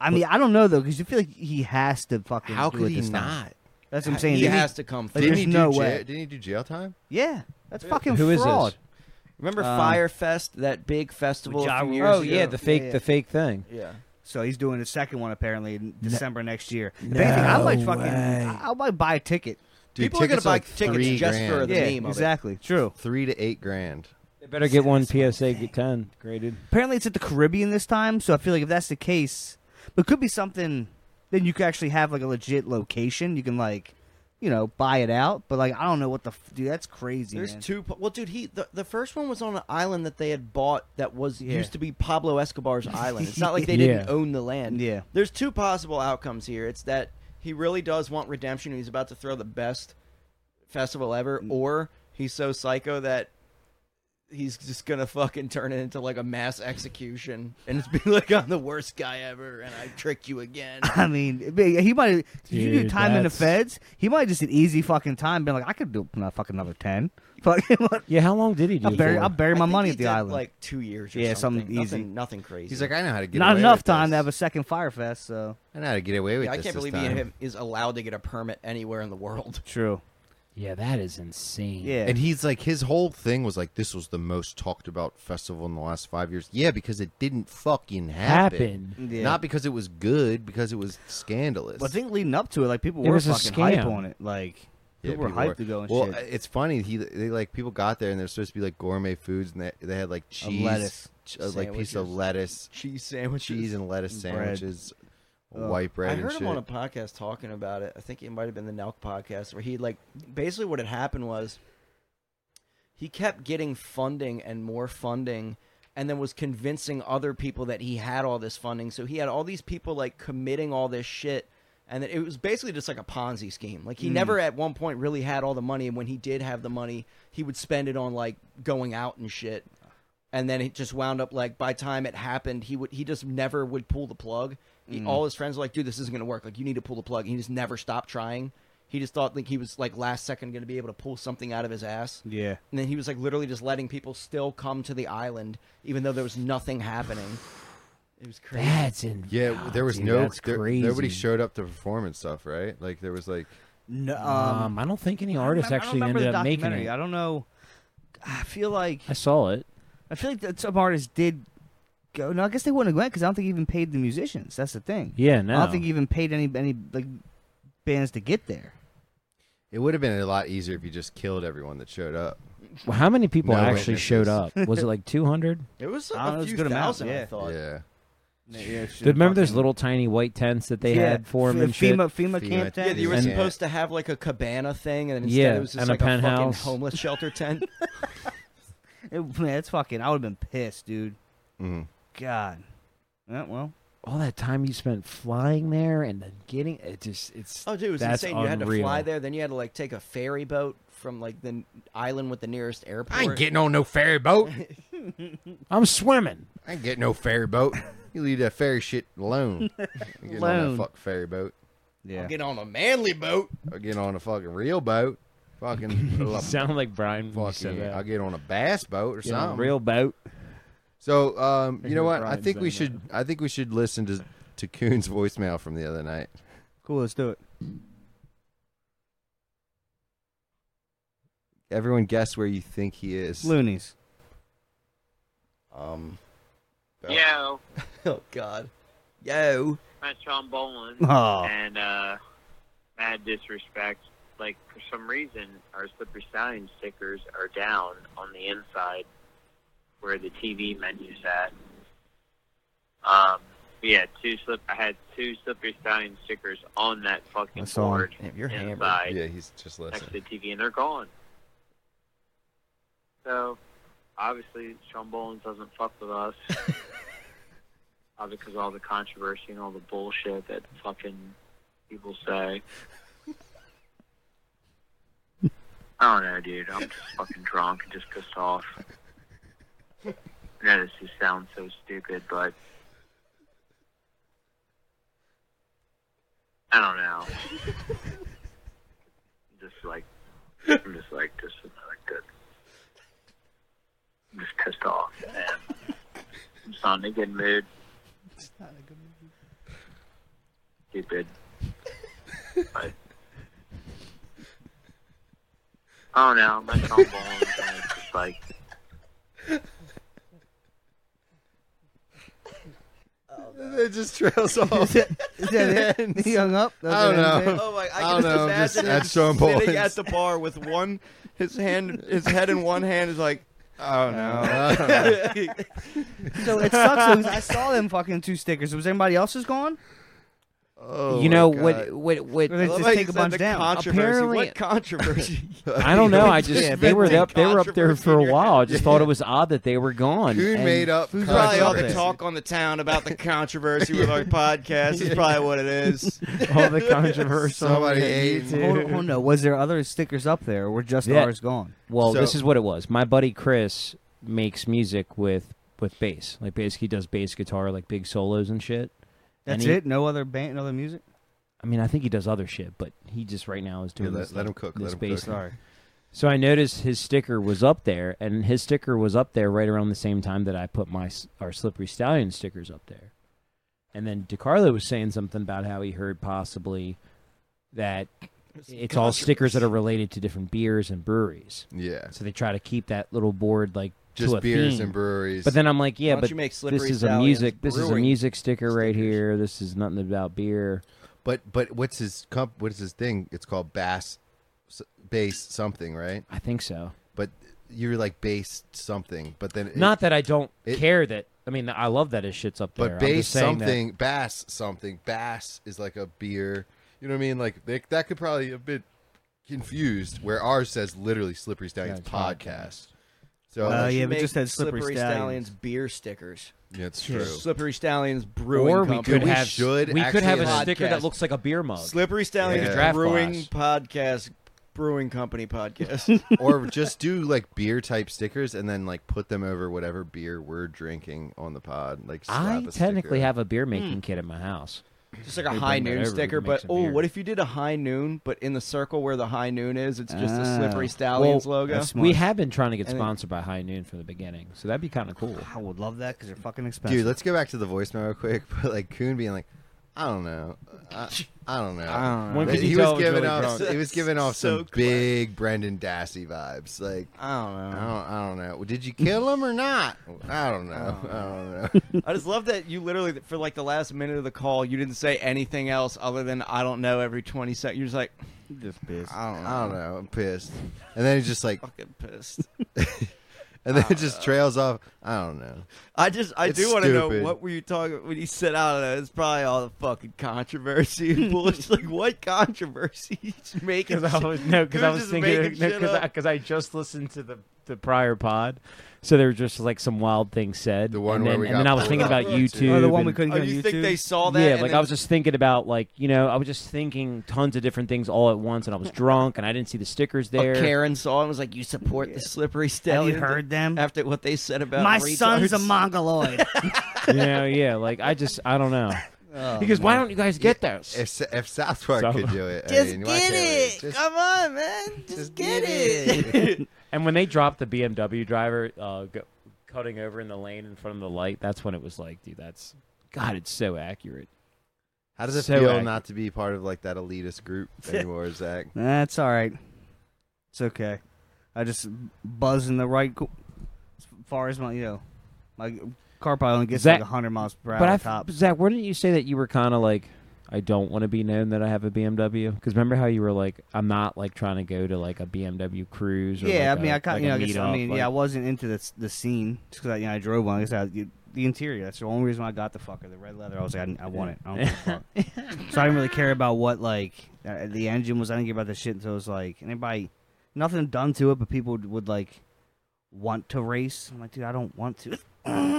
I mean, I don't know though, because you feel like he has to fucking.
How
do
could
it
he
this time.
not?
That's what I'm saying.
He
Didn't
has to come
Like,
through.
Didn't
there's
he do
no
jail,
way.
Didn't he do jail time?
Yeah, that's fucking
Who is
fraud.
this?
Remember
Um,
Firefest, that big festival
Ja
a few
Rule.
years
Oh
ago?
yeah, the fake,
yeah.
the fake thing.
Yeah.
So he's doing his second one apparently in December next year. If anything, I might fucking, I, I might buy a ticket.
Dude,
People are gonna
tickets
buy
like
tickets
three
just
grand.
for the
yeah,
name of it.
exactly. True.
Three to eight grand.
They better get one PSA get ten graded.
Apparently, it's at the Caribbean this time. So I feel like if that's the case, but could be something. Then you could actually have like a legit location. You can like, you know, buy it out. But like, I don't know what the f- dude. That's crazy.
There's
man.
two. Well, dude, he the, the first one was on an island that they had bought that was
Yeah.
used to be
[laughs]
Pablo Escobar's island. It's not like they
Yeah.
didn't own the land.
Yeah.
There's two possible outcomes here. It's that he really does want redemption. and He's about to throw the best festival ever,
Mm.
or he's so psycho that he's just gonna fucking turn it into like a mass execution and [laughs] just be like, "I'm the worst guy ever, and I tricked
[laughs]
you again."
[laughs] I mean, it'd be- he might. If you do
Dude,
time in the
that's-
feds, he might just an easy fucking time. Been like, I could do not fucking another ten. [laughs] Fucking, what?
Yeah, how long did he do?
I'll
it
bury,
for?
I'll bury
I
my
think
money
he
at the
did,
island.
like two years. Or
Yeah,
something.
something easy.
Nothing, nothing crazy.
He's like, I know how to get
Not
away
enough
with
time
this.
to have a second Firefest. So
I know how to get away with
Yeah, I
this
can't
this
believe
time.
he ha- is allowed to get a permit anywhere in the world. [laughs]
true.
Yeah, that is insane.
Yeah.
And he's like, his whole thing was like, this was the most talked about festival in the last five years. Yeah, because it didn't fucking happen.
Happen.
Yeah.
Not because it was good, because it was scandalous.
But I think leading up to it, like people
It
were
was a
fucking hype
scam.
on it. Like
Yeah,
people were hyped to go and
well,
shit.
uh, it's funny. He they like people got there and they're supposed to be like gourmet foods, and they, they had like cheese,
lettuce.
ch- uh, like piece of
Sandwiches.
lettuce,
Cheese sandwiches.
cheese and lettuce
Bread.
sandwiches,
Ugh.
white bread.
I heard
and
him
shit.
on a podcast talking about it. I think it might have been the Nelk podcast where he like basically what had happened was he kept getting funding and more funding and then was convincing other people that he had all this funding. So he had all these people like committing all this shit and that it was basically just like a Ponzi scheme. Like he never at one point really had all the money and when he did have the money, he would spend it on like going out and shit. and then it just wound up like by time it happened he would he just never would pull the plug He- all his friends were like dude this isn't gonna work like you need to pull the plug and he just never stopped trying he just thought like he was like last second gonna be able to pull something out of his ass
yeah.
and then he was like literally just letting people still come to the island even though there was nothing happening it was crazy
That's in.
Yeah, w- there was
Dude,
no
That's
there-
crazy.
nobody showed up to perform and stuff, right? Like there was like
No, um,
Um, I don't think any artist
I don't
actually
remember
ended
the
up making
documentary.
it.
I don't know. I feel like
I saw it.
I feel like that some artists did go. No, I guess they wouldn't have went because I don't think he even paid the musicians. That's the thing.
Yeah, no.
I don't think he even paid any any like bands to get there.
It would have been a lot easier if you just killed everyone that showed up.
Well, how many people
No
actually
witnesses.
[laughs]
showed up? Was it like 200?
It was
I don't
a
know, it was
few
a good amount,
thousand. I
yeah.
thought.
Yeah.
Remember those little tiny white tents that they
Yeah,
had for him
f-
and shit?
FEMA,
FEMA
FEMA, camp
tent.
Yeah,
tent.
you were
And-
supposed to have like a cabana thing, and instead
Yeah,
it was just
and a
like a fucking
[laughs]
penthouse.
homeless shelter tent.
[laughs] It- man, it's fucking. I would have been pissed, dude.
Mhm.
God. Yeah, well,
All that time you spent flying there and then getting it just it's
Oh, dude, it was
that's
insane. You had to
unreal.
fly there, then you had to like take a ferry boat from like the n- island with the nearest airport.
I ain't getting on no ferry [laughs] boat.
I'm swimming.
I ain't getting no ferry boat. You leave that ferry shit
[laughs]
alone. I'm getting on
Alone.
that fuck ferry boat.
yeah.
Get on a manly boat.
I'll get on a fucking real boat.
[laughs]
Fucking,
You sound like Brian when you said
fucking
that.
I'll get on a bass boat or
Get on a
something.
real boat.
So, um, you know
hear
what? I
Brian
think we
saying
should. I think we should listen to to Coon's voicemail from the other night.
Cool. Let's do it.
Everyone, guess where you think he is.
Loonies.
Um. [laughs]
Yo,
Oh God. Yo.
my Sean Boland.
[laughs] Oh.
and uh, mad disrespect. Like for some reason, our slippery stallion stickers are down on the inside where the TV menu's at. Um, we had two slip. I had two slippery stallion stickers on that fucking
I saw 'em.
board
Damn, you're hammered.
inside
Yeah, he's just
next to
listening.
the TV, and they're gone. So obviously, Sean Boland doesn't fuck with us. Uh, because of all the controversy and all the bullshit that fucking people say. I don't know, dude. I'm just fucking drunk and just pissed off. I know this just sounds so stupid, but I don't know. just like I'm just like this is not good. I'm just pissed off, man. I'm just not in a good mood. It's not a good mood. Stupid. but Oh no, my trombone is just like
It just trails off.
[laughs]
Is that it? [laughs] He hung up. That was
I don't
the end of
know.
it?
Oh my! I,
I don't
can
know, I'm
just
just
imagine
at
him
Sean
sitting
Boland's.
at the bar with one his hand, his head in one hand is like, oh no. [laughs]
So it sucks. because I saw them fucking two stickers. Was anybody else's gone?
[laughs] Oh
you
my
know
God.
what what
[laughs]
what
Really?
I love
Just
how you
take a
said
bunch
the
down.
Controversy.
Apparently-
what controversy?
I don't
[laughs]
know. I just
Yeah,
they were
built-in
up they were up there
controversy
for
in
a
your
while. I
head.
just thought it was odd that they were gone.
Coon
And
made up.
Food
probably all the
controversy.
talk on the town about the controversy with our podcast is probably what
[laughs]
it is.
[laughs] all the controversial.
Somebody
on
ate.
YouTube.
Oh, oh no! Was there other stickers up there, or were just
Yeah.
ours gone?
Well, this
So-
is what it was. My buddy Chris makes music with with bass. Like basically does bass guitar, like big solos and shit.
That's
Any-
it. No other band, no other music.
I mean, I think he does other shit, but he just right now is
Yeah,
doing
let-
this,
let
like,
him cook,
This
let him
bass
cook.
thing.
Sorry.
So I noticed his sticker was up there, and his sticker was up there right around the same time that I put my s- our slippery stallion stickers up there. And then DiCarlo was saying something about how he heard possibly that it's all stickers that are related to different beers and breweries.
Yeah,
So they try to keep that little board like to
just
a
beers
theme.
and breweries.
But then I'm like, yeah,
Why don't
but
you make
this
Slippery
is a
Stallions
music. This is a
brewing
music sticker right
stickers?
here. This is nothing about beer.
but but what's his comp? What's his thing? It's called bass, s- bass something, right?
I think so.
But you're like bass something. But then it-
Not that I don't
it-
care that. I mean, I love that his shit's up there.
But
I'm
bass
just saying that-
something, bass something, bass is like a beer. You know what I mean? Like they, that could probably a bit confused. Where ours says literally "Slippery Stallions"
Yeah,
podcast. So
Uh,
You
yeah, we
make
just had Slippery Stallions.
beer stickers.
yeah, it's true.
[laughs]
Slippery Stallions brewing
or we
company.
could
We
have
should
we could have a
actually have-
sticker that
Podcast.
looks like a beer mug.
Slippery Stallions
Yeah.
Draft
brewing podcast, brewing company podcast.
or just do like beer type stickers and then like put them over whatever beer we're drinking on the pod. Like slap
I
a
technically
sticker.
have a beer
Hmm.
making kit in my house.
just like a
They
high
bring that
noon
over, we
sticker,
make
but
some
oh,
beer.
what if you did a high noon, but in the circle where the high noon is, it's just a Slippery
Ah.
Stallions
Well,
logo?
that's-
We have been trying to get
And-
sponsored by High Noon from the beginning, so that'd be kind of cool.
I would love that because they're fucking
[laughs]
expensive.
Dude, let's go back to the voicemail real quick. But like Coon being like, I don't know. I, I don't know.
[laughs] I don't
When
know.
could
he
you
was
tell it was
giving
really
off.
drunk?
He was giving
[laughs]
off
So
some
class.
big Brendan Dassey vibes. Like
I don't know.
I don't, I don't know. Did you kill him or not? I don't know.
Oh.
I don't know.
I just love that you literally, for like the last minute of the call, you didn't say anything else other than "I don't know." Every twenty seconds, you're just like,
Just pissed.
"I don't know."
I don't know. I'm pissed. And then he just like,
Fucking pissed. [laughs]
and then it just trails off. I don't know.
I just, I
It's
do want to know
stupid.
what were you talking when you said "I don't know." It's probably all the fucking controversy and bullshit. like what controversy? [laughs] He's just making
Because I
shit- Oh,
was no, because I
You're
was
just
thinking
making shit
because I,
up.
'cause I just listened to the the prior pod, so there were just like some wild things said.
The one
and
where
then,
we
and
got
then I was
pulled
thinking
up.
about YouTube.
Oh, the one we
and-
couldn't
Oh,
get on
you
YouTube.
think they saw that?
yeah,
and
like
then
I was just thinking about like you know I was just thinking tons of different things all at once,
[laughs]
and I was drunk and I didn't see the stickers
Oh,
a
there.
Karen saw and was like, "You support the slippery
Have
stallion?"
you heard them?
after what they said about
My
uh, retards?
son's a mongoloid.
You know, yeah, like I just I
[laughs]
don't know.
Oh,
He goes, why don't you guys get those?
If if South Park
So-
could do it, I
Just
mean, why
get
can't we?
it.
Just-
Come on, man. Just,
just
get,
get
[laughs]
it.
[laughs] And when they dropped the BMW driver uh, go, cutting over in the lane in front of the light, that's when it was like, dude, that's God, it's so accurate.
[laughs] how does it
So
feel
accurate.
not to be part of like that elitist
[laughs]
group anymore, Zach?
That's all right. It's okay. I just buzz in the right co- as far as my you know my car probably only gets
Zach-
like hundred miles per hour
But I,
top.
Zach, wouldn't you say that you were kind of like, I don't want to be known that I have a BMW? Because remember how you were like, I'm not like trying to go to like a BMW cruise. Or
yeah,
like
I mean,
a-
I kind
like
you know, I,
a
guess, I
meetup,
mean,
like-
yeah, I wasn't into the s- the scene just because I, you know, I drove one. I guess I, you- the interior. That's the only reason why I got the fucker, the red leather. I was like, I, I want it. I don't give
[laughs]
a fuck. so I didn't really care about what like uh, the engine was. I didn't care about the shit until it was like anybody, nothing done to it, but people would, would like want to race. I'm like, dude, I don't want to. [laughs]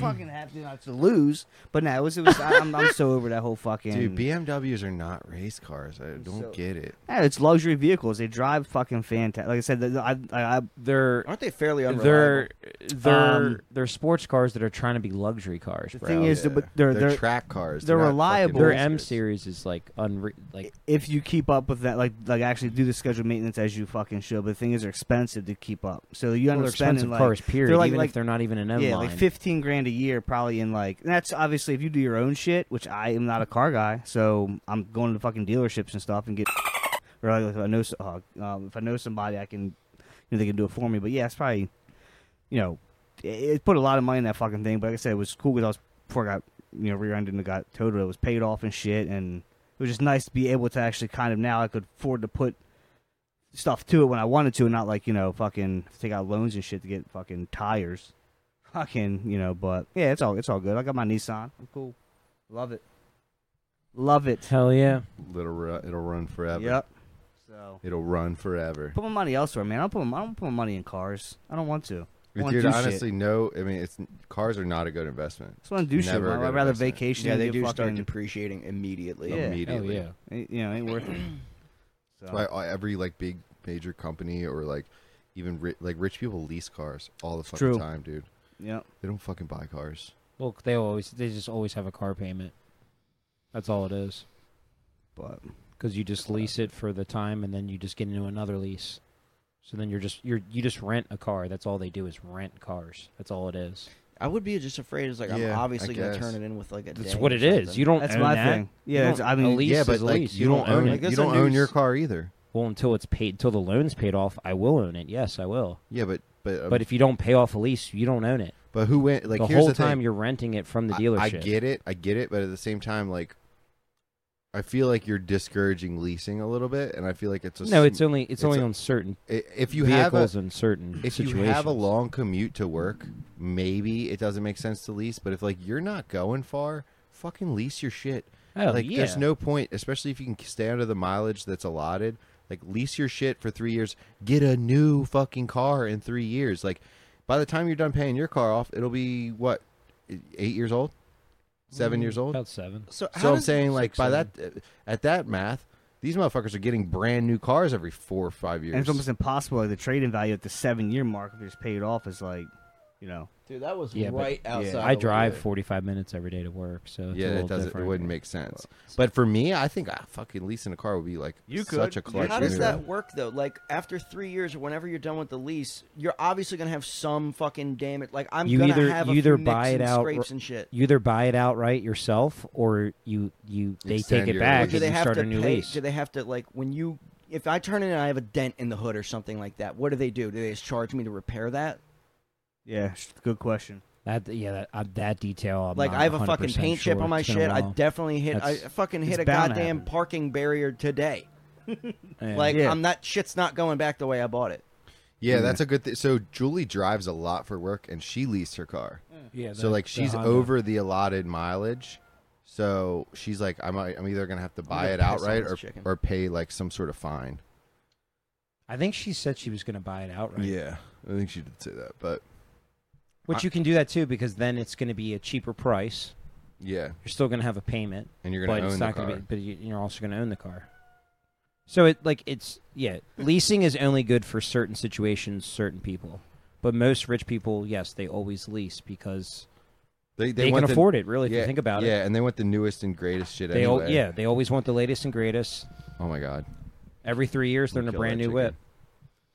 fucking happy not to lose, but no, it was. It was I, am I'm so over that whole fucking.
Dude, BMWs are not race cars. I don't
So-
get it.
Yeah, it's luxury vehicles. They drive fucking fantastic. Like I said, the, the- I, I, I
they're
Aren't they fairly unreliable?
they're they're
Um,
they're sports cars that are trying to be luxury cars.
The
bro.
thing is,
Yeah.
but they're- they're-
track cars.
they're
not fucking
reliable.
their
race
M
cars.
series is like unre- like
if you keep up with that, like like actually do the scheduled maintenance as you fucking should. But the thing is, they're expensive to keep up. So you
well,
end
they're
up spending
expensive
like
cars. Period.
they're like-
even
like-
if they're not even an M
yeah,
line.
like fifteen grand a year, probably in like and that's obviously if you do your own shit, which I am not a car guy, so I'm going to fucking dealerships and stuff and get. Or like if I know so- uh, um, if I know somebody, I can you know, they can do it for me. But yeah, it's probably you know it, it put a lot of money in that fucking thing. But like I said, it was cool because I was before I got you know rear-ended and got towed. It was paid off and shit, and it was just nice to be able to actually kind of now I could afford to put stuff to it when I wanted to, and not like you know fucking take out loans and shit to get fucking tires, fucking you know. But yeah, it's all it's all good. I got my Nissan. I'm cool. Love it. Love it.
Hell yeah.
It'll, ru- it'll run forever.
Yep. So
It'll run forever.
put my money elsewhere, man. I don't put my, I don't put my money in cars. I don't want to. I
Dude,
wanna do
honestly, no. I mean, it's cars are not a good investment.
I just want to do shit.
Never a
I'd
good
rather
investment.
vacation.
yeah,
than
they
get
do start
fucking-
depreciating immediately.
Yeah.
Hell
Immediately.
yeah.
Ain't- You know, ain't worth it. So.
That's why all- every like big major company or like even ri- like rich people lease cars all the fucking
true.
time, dude.
Yep.
They don't fucking buy cars.
Well, they always they just always have a car payment. That's all it is.
But
Because you just lease it for the time, and then you just get into another lease. So then you're just you're you just rent a car. That's all they do is rent cars. That's all it is.
I would be just afraid. It's like
Yeah,
I'm obviously
I
gonna
guess.
turn it in with like a.
That's
day
what
or
it is.
something.
You don't
that's
own
my
that.
thing.
You
Yeah, it's,
don't-
I mean,
a lease
yeah,
is
but
a
like
lease.
you don't own
it.
it.
Like,
you
that's a
don't own
new
your
s-
car either.
Well, until it's paid, until the loan's paid off, I will own it. Yes, I will.
Yeah, but but um,
But if you don't pay off a lease, you don't own it.
but who went like
the
here's
whole
the
time
thing.
you're renting it from the
I-
dealership.
I, get it. I get it. But at the same time, like, I feel like you're discouraging leasing a little bit, and I feel like it's a
no,
sm-
it's only it's,
it's
only
a-
on certain
i- if you have a
vehicles and certain
if
situations.
you have a long commute to work, maybe it doesn't make sense to lease. But if like you're not going far, fucking lease your shit.
oh,
like
yeah.
there's no point, especially if you can stay under the mileage that's allotted. Like lease your shit for three years, get a new fucking car in three years. Like by the time you're done paying your car off, it'll be what e, eight years old, seven years old.
about seven.
So, how
So I'm
does-
saying, like,
Mm, six,
by that, at that math, these motherfuckers are getting brand new cars every four or five years.
And it's almost impossible. Like the trade-in value at the seven-year mark, if it's paid off, is like You know,
Dude, that was
Yeah, but-
right outside.
I
of
drive
Wood.
45 minutes every day to work, so it's a
yeah, it
little
doesn't.
Different. Uh,
It wouldn't make sense. But for me, I think ah, fucking leasing a car would be like
You
such
could.
a clutch.
How does
move.
that work though? Like after three years or whenever you're done with the lease, you're obviously gonna have some fucking damage. Like I'm
You
gonna
either-
have
you
a
either
few
buy
nicks
it
and
out
scrapes
or-
and shit.
You either buy it outright yourself, or you you they
Extend
take it
your
back
lease.
and
Or do they
you
have
start
to
a new
pay?
lease.
Do they have to like when you? If I turn in and I have a dent in the hood or something like that, what do they do? Do they just charge me to repair that?
yeah, sh- good question.
That yeah, that, uh, that detail. I'm
Like
not
I have a
100%
fucking paint
sure.
chip on my
It's been a
shit. I
while.
definitely hit. I
That's-
fucking hit
it's
a
bound to
goddamn
happen.
parking barrier today.
Yeah.
Like
Yeah.
I'm not. Shit's not going back the way I bought it.
Yeah,
Hmm.
that's a good thing. So Julie drives a lot for work, and she leased her car.
yeah,
so
the-
like
the
she's
Honda.
over the allotted mileage. So she's like, I'm I'm either gonna have to buy
gonna
it
piss on
outright
this
or
chicken.
or pay like some sort of fine.
I think she said she was going to buy it outright.
Yeah, I think she did say that, but
Which you can do that too, because then it's going to be a cheaper price.
yeah,
You're still going to have a payment,
and you're
but
gonna own
it's
the
not
car.
going to be. But you- you're also going to own the car. So it like it's yeah, leasing is only good for certain situations, certain people. But most rich people, yes, they always lease because they, can
want the-
afford it. Really, if
yeah,
you think about it,
Yeah, and they want the newest and greatest shit
they al-
anyway.
yeah, they always want the latest and greatest.
Oh my god.
Every three years, they're in a
Kill that
brand new
chicken.
whip.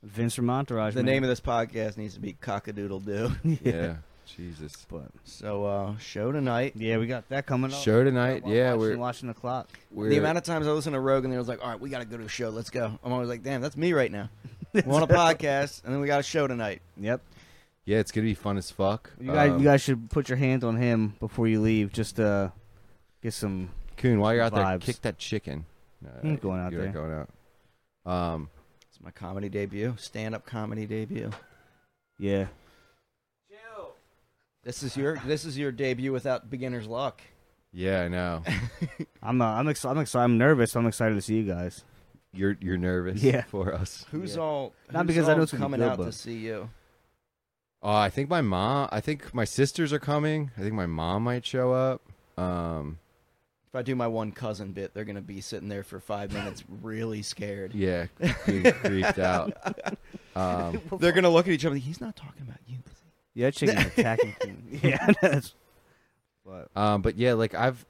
Vince from Entourage.
The name of this podcast needs to be Cockadoodle Doo.
[laughs]
Yeah. Jesus.
but
So uh, show tonight.
yeah, we got that coming up.
Show tonight.
While
Yeah,
watching,
we're
watching the clock.
we're
The amount of times I listen to Rogan, they was like, "All right, we got to go to a show. Let's go." I'm always like, "Damn, that's me
[laughs]
right now. We're on a podcast, and then we got a show tonight."
Yep.
Yeah, it's gonna be fun as fuck.
You guys,
Um,
you guys should put your hands on him before you leave, just to get some.
Coon, while you're out there,
Vibes.
kick that chicken. No,
He ain't going out
you're not
there.
Going out. Um,
It's my comedy debut, stand-up comedy debut.
Yeah.
This is your this is your debut without beginner's luck.
yeah, I
[laughs]
know.
I'm uh, I'm excited. I'm excited. I'm nervous. I'm excited to see you guys.
You're you're nervous.
Yeah.
For us.
Who's
Yeah.
all
Not
who's
because I know
all
it's gonna be
coming
good,
out to
but-
see you?
Oh, I think my mom. I think my sisters are coming. I think my mom might show up. Um,
If I do my one cousin bit, they're gonna be sitting there for five minutes,
[laughs]
really scared.
yeah, being creeped out. Um,
[laughs] They're gonna look at each other. like, He's not talking about you. is he?"
Yeah, chicken attacking. King. Yeah, that's. But
Um, but yeah, like I've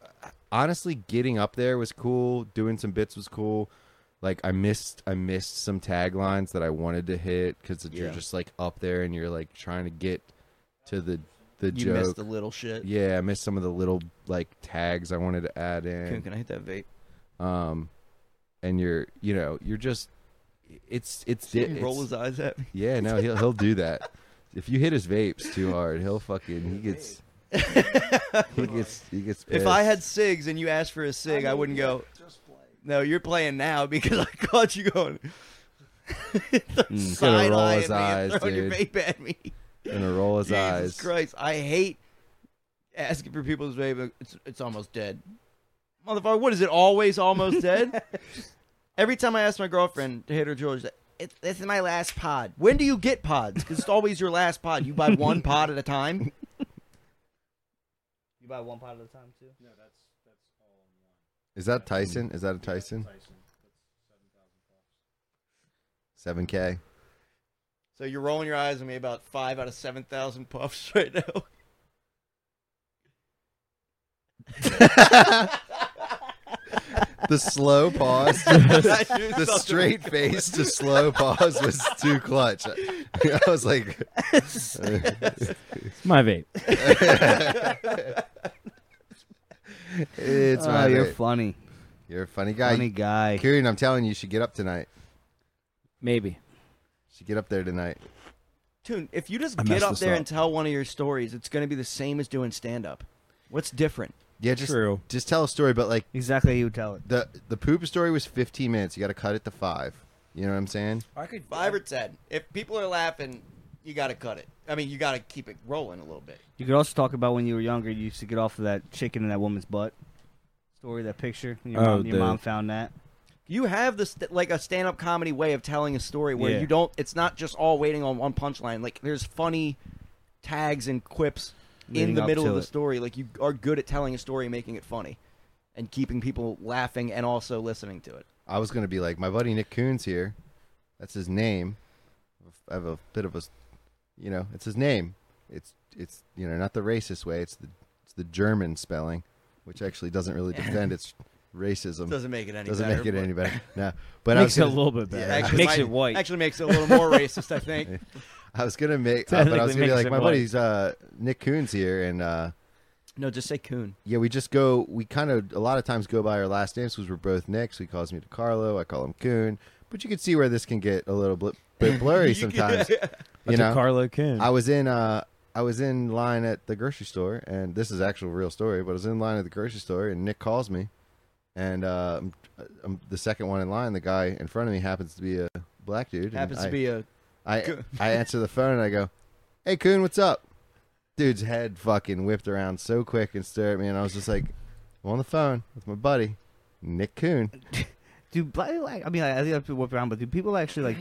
honestly getting up there was cool. Doing some bits was cool. Like I missed, I missed some taglines that I wanted to hit because you're
Yeah.
just like up there and you're like trying to get to the the
You
joke.
missed the little shit.
yeah, I missed some of the little like tags I wanted to add
Coon,
in.
can I hit that vape?
Um, and you're you know you're just it's it's,
Did
it's
he roll his eyes at me?
yeah no he'll he'll do that. If you hit his vapes too hard, he'll fucking he
[laughs]
gets he gets he gets.
If I
pissed.
had cigs and you asked for a cig, I, wouldn't go. No, you're playing now because I caught you going. [laughs]
Gonna
Side
roll
eyeing
his
me and
eyes,
throwing your
dude.
vape
[laughs]
at me.
Gonna roll his
Jesus
eyes.
Christ, I hate asking for people's vape. It's it's almost dead, motherfucker. What is it? Always
[laughs]
almost dead. Every time I ask my girlfriend to hit her jewelry, she's like, "It's- "This is my last pod. When do you get pods? Because it's always your last pod. You buy
[laughs]
one pod at a time.
you buy one pot at a time too.
Is that Tyson? Is that a Tyson? Seven K.
So you're rolling your eyes at me about five out of seven thousand puffs [laughs] right now.
The slow pause, the straight face to slow pause was too clutch. [laughs] I, I was like,
It's my vape.
"It's
Oh,
my
you're
vape.
funny,
You're a funny guy,
funny guy.
Kieran. I'm telling you, you should get up tonight.
Maybe.
You should get up there tonight.
Tune, if you just
I
get
messed
up
this
there
up.
and tell one of your stories, it's going to be the same as doing stand up. What's different?
Yeah, just
True.
just tell a story, but like
Exactly, how you would tell it.
the the poop story was 15 minutes. You got to cut it to five. You know what I'm saying?
I could
Five or ten. If people are laughing, you got to cut it. I mean, you got to keep it rolling a little bit.
You could also talk about when you were younger. You used to get off of that chicken in that woman's butt story, that picture. Your,
Oh,
mom, your
the-
mom found that.
You have this st- like a stand up comedy way of telling a story where
Yeah.
you don't. It's not just all waiting on one punchline. Like there's funny tags and quips in
Leading
the
up
middle
to
of the
it.
story. Like you are good at telling a story and making it funny, and keeping people laughing and also listening to it.
I was gonna be like, my buddy Nick Coons here. That's his name. I have a bit of a, you know, it's his name. It's it's you know not the racist way. It's the it's the German spelling, which actually doesn't really defend its racism.
Doesn't make it any
Doesn't
better,
make it
but-
any
[laughs]
better. No, but I was
Makes it a
gonna-
little bit better.
Yeah.
Actually
makes
might-
it white.
Actually makes it a little
[laughs]
more racist, I think.
I was gonna make, uh, but I was gonna
Technically
be
makes
like
it
my
white.
buddy's uh, Nick Coons here, and uh,
No, just say coon.
yeah, we just go. We kind of a lot of times go by our last names because we're both Nicks. He calls me DiCarlo, I call him Coon, but you can see where this can get a little bl-
[laughs]
bit blurry sometimes. you know,
Carlo Coon.
I was in uh I was in line at the grocery store and this is actual real story, but I was in line at the grocery store and Nick calls me and uh, I'm, I'm the second one in line. The guy in front of me happens to be a black dude. and
Happens
Mm, I-
to be a
I I answer the phone and I go, "Hey, Coon, what's up?" Dude's head fucking whipped around so quick and stared at me, and I was just like, "I'm on the phone with my buddy, Nick Coon."
Do black? like, I mean, I I think people whip around, but do people actually like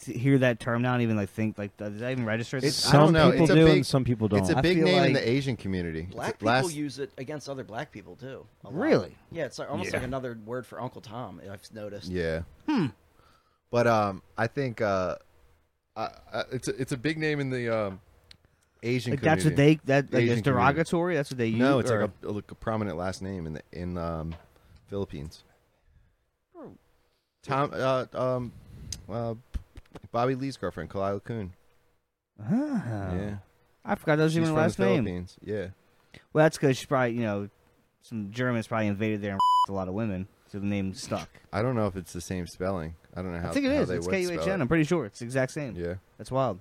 s- hear that term now and even like think like does that even register?
It's- I
some
don't know,
people
it's a
do
big-
and some people don't.
It's a
I
big
feel
name in
like
the Asian community. It's
black
the
people
last-
use it against other black people too. a lot.
Really?
Yeah, it's like, almost
Yeah.
like another word for Uncle Tom. I've noticed.
Yeah. Hmm. But um, I think uh, I, I, it's a, it's a big name in the um, Asian.
like that's what
community.
they that like,
Asian
it's
community.
derogatory. That's what they use.
No, it's
or-
like a, like a prominent last name in the in um, Philippines. Tom, uh, um, uh, Bobby Lee's girlfriend, Kalila Kun.
[laughs] Ah.
Yeah,
I forgot that was
she's
even
from
her
the
last name.
Philippines. Yeah,
Well, that's because she probably you know some Germans probably invaded there and [laughs] a lot of women, so the name stuck.
I don't know if it's the same spelling. I don't know how.
I think it
how
is.
They
It's
would
K U
spell
H
it.
N. Mm. I'm pretty sure it's the exact same.
Yeah,
That's wild.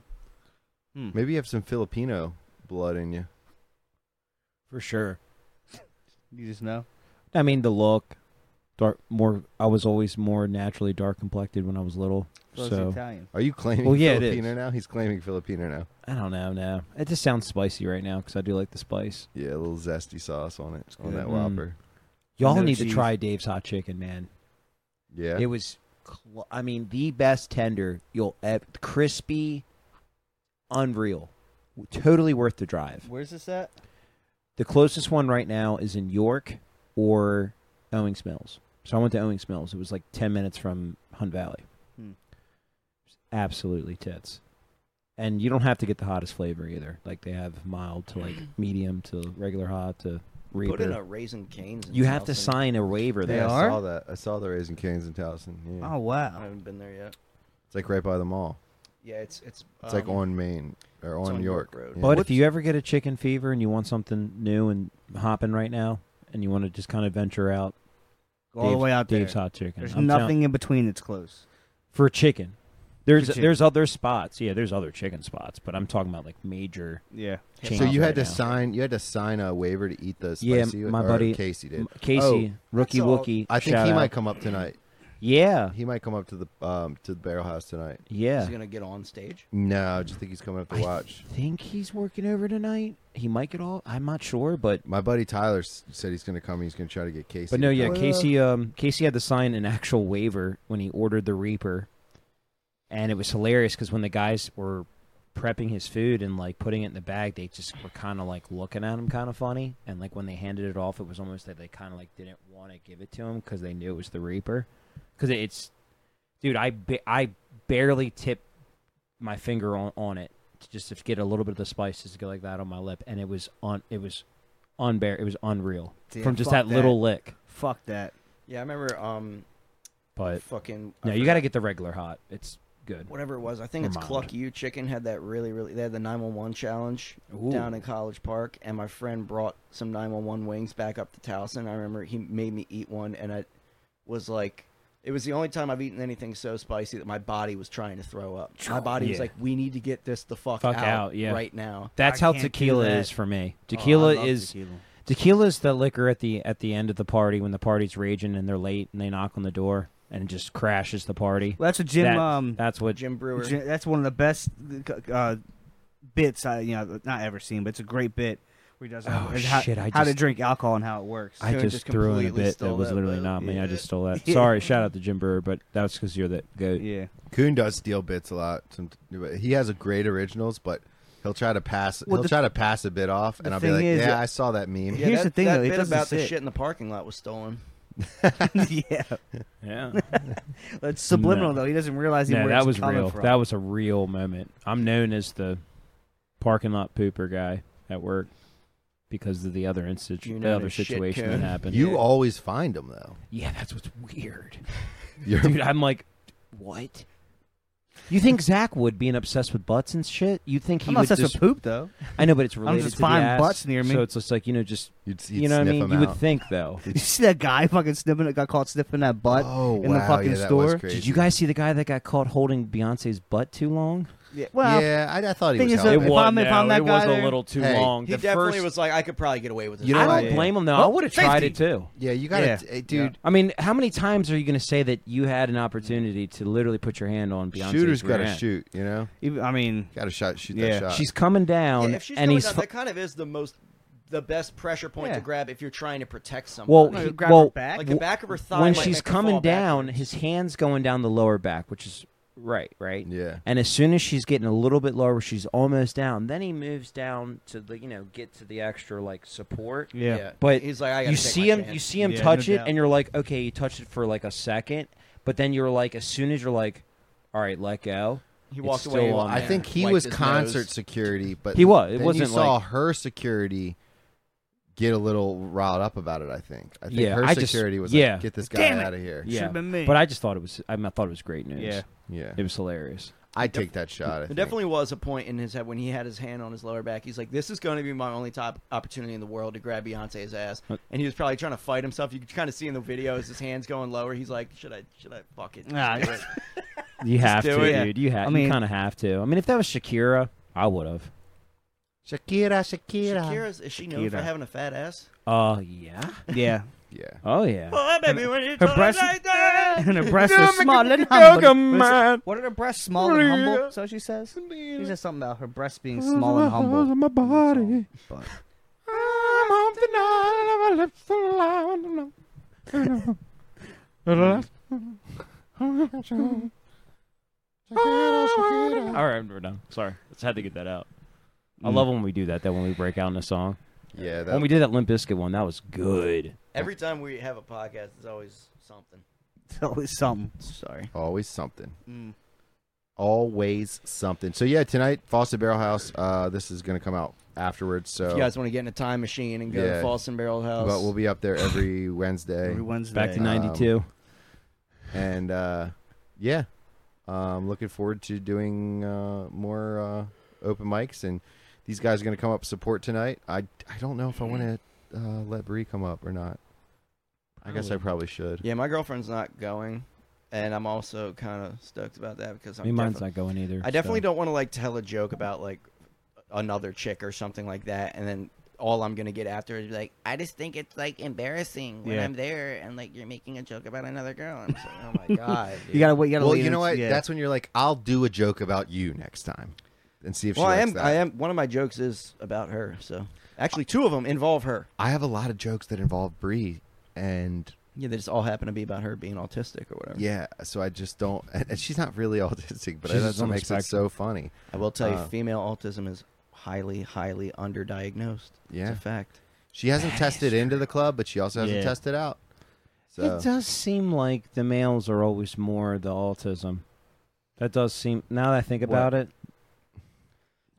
Hmm.
maybe you have some Filipino blood in you.
for sure.
You just know.
I mean, the look, dark. More. I was always more naturally dark complected when I was little.
Close
so
Italian.
Are you claiming
Well, yeah, it
Filipino
is.
now? He's claiming Filipino now.
I don't know. Now it just sounds spicy right now because I do like the spice.
Yeah, a little zesty sauce on it on
good.
that
Mm.
Whopper.
Y'all
No
need to
cheese.
try Dave's hot chicken, man.
Yeah,
It was, cl- I mean, the best tender you'll ever. Crispy, unreal, totally worth the drive.
Where's this at?
The closest one right now is in York or Owings Mills. So I went to Owings Mills. It was like ten minutes from Hunt Valley.
Hmm.
Absolutely tits. And you don't have to get the hottest flavor either. Like they have mild to like
[clears throat]
medium to regular hot to
Put in a
reaper.
raisin canes. and
You have to
stuff,
sign a waiver
Yeah,
there.
They
I
are?
saw that. I saw the Raising Canes in Towson. Yeah,
Oh
and I
wow.
haven't been there yet.
it's like right by the mall.
Yeah, it's it's.
It's like
um,
on Maine or
it's
on
on
York.
York Road.
Yeah.
But if you ever get a chicken fever and you want something new and hopping right now, and you want to just kind of venture out,
Go all the
Dave's-
way out
Dave's
there.
Hot Chicken.
There's
I'm tell-
nothing in between that's close.
for chicken. There's
chicken.
there's other spots. Yeah, there's other chicken spots, but I'm talking about like major.
Yeah.
so
chains
you
right
had to
now.
sign. You had to sign a waiver to eat the
Yeah,
spicy.
my
or
buddy-
Casey did.
M- Casey, rookie
all.
wookie.
Oh, I think
shout
he
out.
might come up tonight.
Yeah,
He might come up to the um to the Barrel House tonight.
yeah.
He's gonna get on stage.
No, I just think he's coming up to
I
watch.
think he's working over tonight. He might get all. I'm not sure, but
My buddy Tyler s- said he's going to come. and He's going to try to get Casey.
but
to
no, yeah.
come.
Casey, um, Casey had to sign an actual waiver when he ordered the Reaper, and it was hilarious because when the guys were prepping his food and like putting it in the bag, they just were kind of like looking at him kind of funny, and like when they handed it off, it was almost that they kind of like didn't want to give it to him because they knew it was the Reaper, because it's, dude, I ba- I barely tipped my finger on on it to just to get a little bit of the spice just to go like that on my lip, and it was on it was. Unbear, it was unreal
Damn,
from just
fuck
that little
that.
lick.
Fuck that.
Yeah, I remember. Um,
But
fucking. I
no, you got to
forgot-
get the regular hot. It's good.
whatever it was. I think it's
Vermont.
Cluck You Chicken had that really really. They had the 911 challenge down in College Park, and my friend brought some 911 wings back up to Towson. I remember he made me eat one, and I was like, it was the only time I've eaten anything so spicy that my body was trying to throw up. My body was
Yeah.
like, we need to get this the fuck,
Fuck out, yeah.
right now.
That's
I
how
can't do
tequila
that.
is for me. Tequila
Oh, I love
is tequila.
tequila.
is the liquor at the at the end of the party when the party's raging and they're late and they knock on the door and it just crashes the party.
Well, that's what Jim.
That-
um,
that's what
Jim Brewer.
Jim- that's one of the best uh, bits I you know not ever seen, but it's a great bit where he does
Oh,
and how,
shit, I
how to
just-
drink alcohol and how it works.
I
Stone
just,
just
threw in a
completely
bit that
stole
was
that
literally
vote.
not me. I just stole that.
Yeah.
Sorry, shout out to Jim Brewer, but that was because you're the goat.
yeah,
Coon does steal bits a lot. Some, he has a great originals, but he'll try to pass.
Well,
he'll
the-
try to pass a bit off, and I'll be
thing
like,
is-
"Yeah, I saw that meme."
Yeah,
Here's
that-
the thing,
that
though, it
bit
doesn't
about the
sit.
shit in the parking lot was stolen.
yeah. [laughs]
Yeah,
It's subliminal
No.
though. He doesn't realize even
no,
where
that
it's
was
coming
real.
from.
That was a real moment. I'm known as the parking lot pooper guy at work because of the other insti-
You
the
know
other
the shit
situation that
can.
happened.
You always find them though. [laughs]
yeah, that's what's
[laughs]
weird,
You're,
dude. I'm like, what? You think Zach would being obsessed with butts and shit? You think he
I'm
would
obsessed
just?
with poop though. [laughs]
I know, but it's related
just
to
fine
the ass,
butts near me.
so it's just like you know, just
you'd, you'd
you know what I
sniff
mean.
them
You would
out.
think though.
Did you see that guy fucking sniffing? It got caught sniffing that butt
oh,
in
wow,
the fucking
yeah, that was
store.
Did
crazy.
you guys see the guy that got caught holding Beyonce's butt too long?
Yeah, well,
yeah, I, I thought he
thing
was.
is that-
helping.
It was- I'm- if I'm that
it was
guy there-
a little too
Hey.
long.
He
The
definitely
first-
was like, I could probably get away with this.
You know
I
what?
don't blame him though. I
Oh,
would have tried it
safety.
too.
yeah, you gotta,
Yeah.
eh, dude.
I mean, how many times are you going to say that you had an opportunity to literally put your hand on Beyonce's
Shooters
rear
gotta
end?
shoot. You know,
even- I mean,
gotta shot, shoot
Yeah.
that shot.
She's coming down,
Yeah, if she's
and
coming
he's
down,
fu-
that kind of is the most, the best pressure point
Yeah.
to grab if you're trying to protect
well,
someone.
No,
he-
grab her
well,
back.
like the back of her thigh.
when
might
she's
make her
coming
fall
down,
backwards.
his hands going down the lower back, which is right, right.
yeah.
And as soon as she's getting a little bit lower, she's almost down. Then he moves down to the you know get to the extra like support.
yeah.
But
he's like, I gotta
you
take my
see him, you
chance.
see him
Yeah,
touch
no
it,
doubt.
and you're like, okay, you touched it for like a second, but then you're like, as soon as you're like, all right, let go.
He
it's
walked
still
away.
on
I
there.
think he
Wiped
was
his
concert
nose.
security, but
He was. It
then
wasn't
You saw
like-
her security get a little riled up about it. I think. I think
Yeah,
her
I just-
security was
yeah.
like, "Get this guy
Damn it.
out of here."
Yeah,
Should've been me.
but I just thought it was. I, mean, I thought it was great news.
Yeah.
Yeah,
it was hilarious.
I take that shot. I
There
think.
definitely was a point in his head when he had his hand on his lower back. He's like, "This is going to be my only top opportunity in the world to grab Beyonce's ass,"
But-
and he was probably trying to fight himself. You can kind of see in the videos his hands going lower. He's like, "Should I? Should I fuck it?"
Nah,
[laughs]
Just do it."
You have
do
to,
it.
dude. You have.
I mean-
you kind of have to. I mean, if that was Shakira, I would have.
Shakira, Shakira.
Shakira's is she known for
Shakira.
having a fat ass?
Oh yeah.
[laughs] yeah.
Yeah.
Oh yeah.
Oh, baby, when you
Her
talk
breasts,
like that.
[laughs]
and her breasts
Yeah,
are
make
small
it-
and
go, go,
humble. What
man.
is it? What are her breasts small and humble? So she says. She says something about her breasts being small and humble.
My body.
But-
I'm on the night of my lips alone.
um,
All right, we're done. Sorry, just had to get that out. I
Mm.
love when we do that. That when we break out in a song.
Yeah, that
When we did that Limp Bizkit one, that was good.
Every time we have a podcast, it's always something.
It's always something.
Sorry.
always something.
Mm.
Always something. So yeah, tonight Fawcett Barrel House. Uh, this is gonna come out afterwards. So,
If you guys want to get in a time machine and go
Yeah.
to False and Barrel House,
but we'll be up there every Wednesday,
Every Wednesday.
Back to
Um,
'92.
and uh, yeah, um, looking forward to doing uh, more uh, open mics. And these guys are gonna come up support tonight. I I don't know if I want to uh, let Bree come up or not. I guess I probably should.
yeah, my girlfriend's not going, and I'm also kind of stoked about that because
I
I'm
mean, mine's
defi-
not going either.
I definitely
so.
don't want to like tell a joke about like another chick or something like that, and then all I'm gonna get after is like, I just think it's like embarrassing when
Yeah.
I'm there and like you're making a joke about another girl. I'm just like, oh my god,
You gotta wait. You gotta
Well,
lean
you know
in-
what?
Yeah.
That's when you're like, I'll do a joke about you next time, and see if she
well, I
likes
am.
that.
I am. One of my jokes is about her. So actually, two of them involve her.
I have a lot of jokes that involve Bree, and
Yeah, they just all happen to be about her being autistic or whatever.
yeah, so I just don't. And, and she's not really [laughs] autistic, but
She's
that's
on
what
the
makes it
spectrum.
so funny.
I will tell you,
Uh,
female autism is highly, highly underdiagnosed.
Yeah.
it's a fact.
She hasn't tested into the club, but she also hasn't
Yeah.
tested out. So
It does seem like the males are always more the autism. That does seem. Now that I think about it,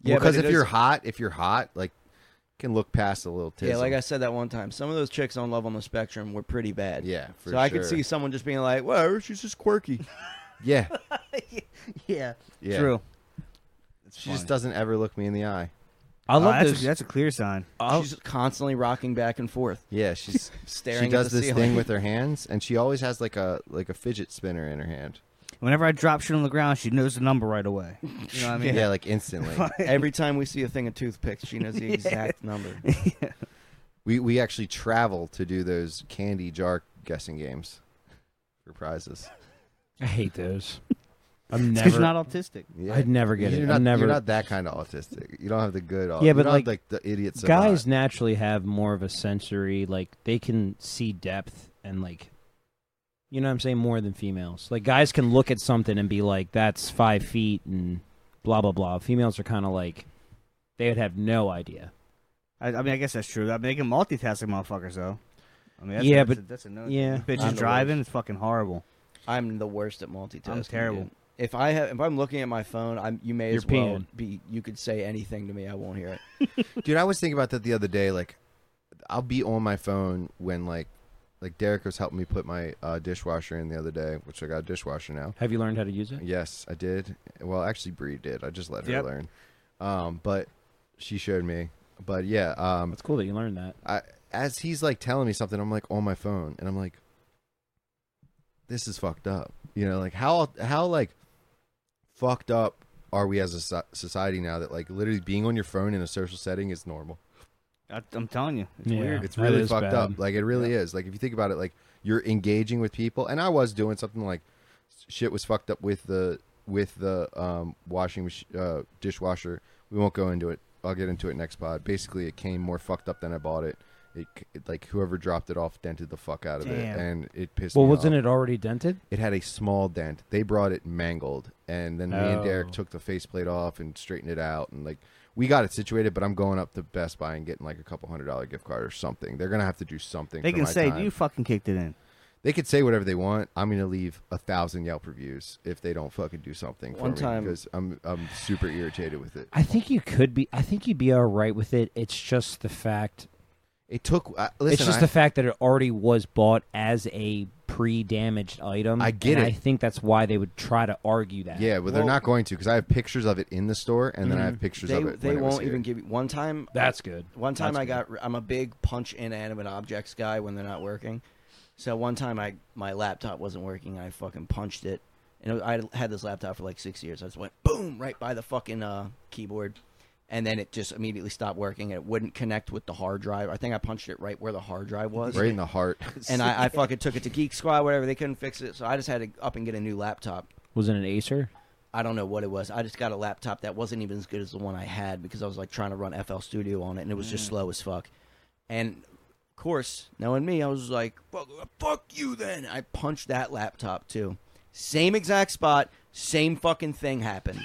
Yeah,
because
but it
if you're
is-
hot, if you're hot, like can look past a little tism.
Yeah, like I said that one time, some of those chicks on Love on the Spectrum were pretty bad.
Yeah, for
so I could
sure.
see someone just being like, "Well, she's
[laughs]
just quirky." [laughs]
yeah,
yeah.
yeah.
True.
She just doesn't ever look me in the eye.
I
Oh,
love
that's,
those. Oh.
A, that's a clear sign.
she's just constantly rocking back
[laughs]
and forth,
Yeah,
[laughs]
she's
staring.
she does
at the
this
ceiling.
thing with her hands, and she always has like a like a fidget spinner in her hand.
Whenever I drop shit on the ground, she knows the number right away. You know what I
[laughs]
Yeah,
[laughs] mean?
like
[laughs]
instantly.
Every time we see a thing of toothpicks, she knows
[laughs]
the exact number.
we we actually travel to do those candy jar guessing games for prizes.
I hate those. [laughs] I'm
Because
never.
you're not autistic.
Yeah.
I'd never get
you're
it.
Not,
I'm never.
You're not that kind of autistic. You don't have the good. Au-
Yeah,
you
but
don't
like,
have, like the idiots.
guys naturally have more of a sensory. Like they can see depth and like, you know, what I'm saying more than females. Like guys can look at something and be like, "That's five feet," and blah blah blah. Females are kind of like, they would have no idea.
I, I mean, I guess that's true. I mean, they can multitask like motherfuckers, though. I mean, that's,
Yeah,
that's
but-
a, that's a no.
yeah.
bitch
I'm
is
the
driving. It's fucking horrible.
I'm the worst at multitasking.
I'm terrible.
dude. If I have, if I'm looking at my phone, I'm you may
You're
as well
peeing.
be. You could say anything to me, I won't hear it.
Dude, I was thinking about that the other day. Like, I'll be on my phone when like, like Derek was helping me put my uh, dishwasher in the other day, which I got a dishwasher now.
Have you learned how to use it?
Yes, I did. Well, actually, Bree did. I just let her
Yep.
learn. Um, but she showed me. But yeah, um,
It's cool that you learned that.
I as he's like telling me something, I'm like on my phone, and I'm like, this is fucked up. You know, like how how like fucked up are we as a so- society now that like literally being on your phone in a social setting is normal.
I, I'm telling you, it's
Yeah.
weird.
It's
That
really
is
fucked up.
bad.
Like it really is. Like if you think about it, like you're engaging with people, and I was doing something like shit was fucked up with the with the um, washing mach- uh, dishwasher. We won't go into it. I'll get into it next pod. Basically, it came more fucked up than I bought it. It, c- it like whoever dropped it off dented the fuck out of it,
Damn.
and it pissed
Well,
me
wasn't
off.
it already dented?
It had a small dent. They brought it mangled, and then me and Derek
Oh.
took the faceplate off and straightened it out, and like we got it situated. But I'm going up to Best Buy and getting like a couple hundred dollar gift card or something. They're gonna have to do something.
They
for
can
my
say
time.
you fucking kicked it in. [laughs]
They could say whatever they want. I'm gonna leave a thousand Yelp reviews if they don't fucking do something for
One
me
time-
because I'm I'm super irritated with it.
I think you could be. I think you'd be all right with it. It's just the fact.
It took. I listen,
it's just
I-
the fact that it already was bought as a pre-damaged item.
I get
and I
it.
think that's why they would try to argue that.
yeah, but they're not going to because I have pictures of it in the store and then I have pictures
They
of it.
they
when it was
won't
here.
even give you one time.
that's good.
One time
That's
I
good.
got I'm a big punch inanimate objects guy when they're not working. So one time I my laptop wasn't working and I fucking punched it. And I had this laptop for like 6 years. I just went boom right by the fucking uh, keyboard and then it just immediately stopped working and it wouldn't connect with the hard drive. I think I punched it right where the hard drive was.
right in the heart.
And I, I fucking took it to Geek Squad, whatever. They couldn't fix it, so I just had to up and get a new laptop.
Was it an Acer?
I don't know what it was. I just got a laptop that wasn't even as good as the one I had because I was like trying to run FL Studio on it and it was just
Mm.
slow as fuck. And of course, knowing me, I was like, fuck, fuck you then. I punched that laptop too. Same exact spot, same fucking thing happened.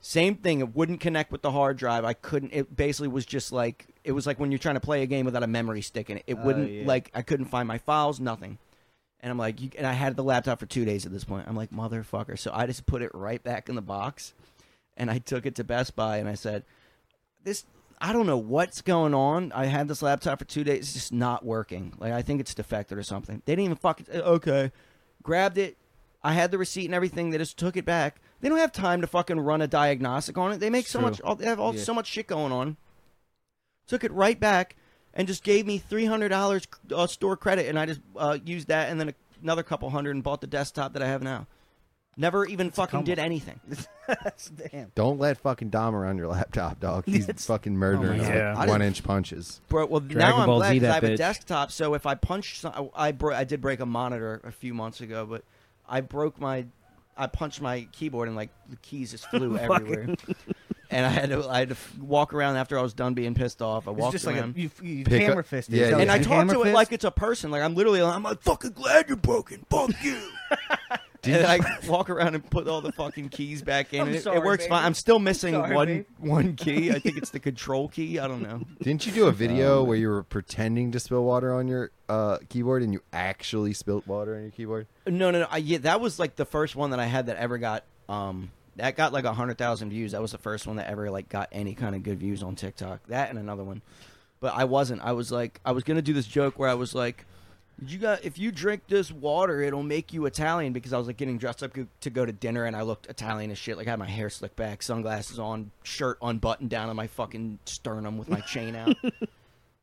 same thing. It wouldn't connect with the hard drive. I couldn't. It basically was just like, it was like when you're trying to play a game without a memory stick in it. It wouldn't,
yeah.
like, I couldn't find my files, nothing. And I'm like, you, and I had the laptop for two days at this point. I'm like, motherfucker. So I just put it right back in the box, and I took it to Best Buy, and I said, this. I don't know what's going on. I had this laptop for two days. It's just not working. Like I think it's defective or something. They didn't even fucking uh, okay. Grabbed it. I had the receipt and everything. They just took it back. They don't have time to fucking run a diagnostic on it. They make so
true.
much. all- They have all so much shit going on. Took it right back and just gave me three hundred dollars uh, store credit, and I just uh, used that and then another couple hundred and bought the desktop that I have now. Never even fucking did anything.
That's damn.
Don't let fucking Dom around your laptop, dog.
[laughs]
He's
It's-
Oh
fucking murdering
God.
us
Yeah.
I
with
didn't-
one inch punches.
Bro, well
Dragon
now I'm
Ball
glad
Z
'cause
that
I have
bitch.
a desktop. So if I punch, some, I I, bro- I did break a monitor a few months ago, but I broke my, I punched my keyboard and like the keys just
[laughs]
flew everywhere. And I had to, I had to f- walk around after I was done being pissed off. I
It's
walked
just like a,
around.
you, you
Pick up-
hammer fist.
yeah,
and I
you
talk to it like it's a person. Like I'm literally, I'm like fucking glad you're broken. Fuck
[laughs]
you. and then I walk around and put all the fucking keys back in.
I'm
and it,
sorry,
it works
baby.
fine. I'm still missing
Sorry,
one
babe.
one key. I
[laughs]
think it's the control key. I don't know.
Didn't you do a video where you were pretending to spill water on your uh, keyboard and you actually spilt water on your keyboard?
No, no, no. I, yeah, that was like the first one that I had that ever got. Um, that got like hundred thousand views. That was the first one that ever like got any kind of good views on TikTok. That and another one, but I wasn't. I was like, I was gonna do this joke where I was like, "Did you got if you drink this water, it'll make you Italian." Because I was like getting dressed up go- to go to dinner, and I looked Italian as shit. Like I had my hair slicked back, sunglasses on, shirt unbuttoned down on my fucking sternum with my chain out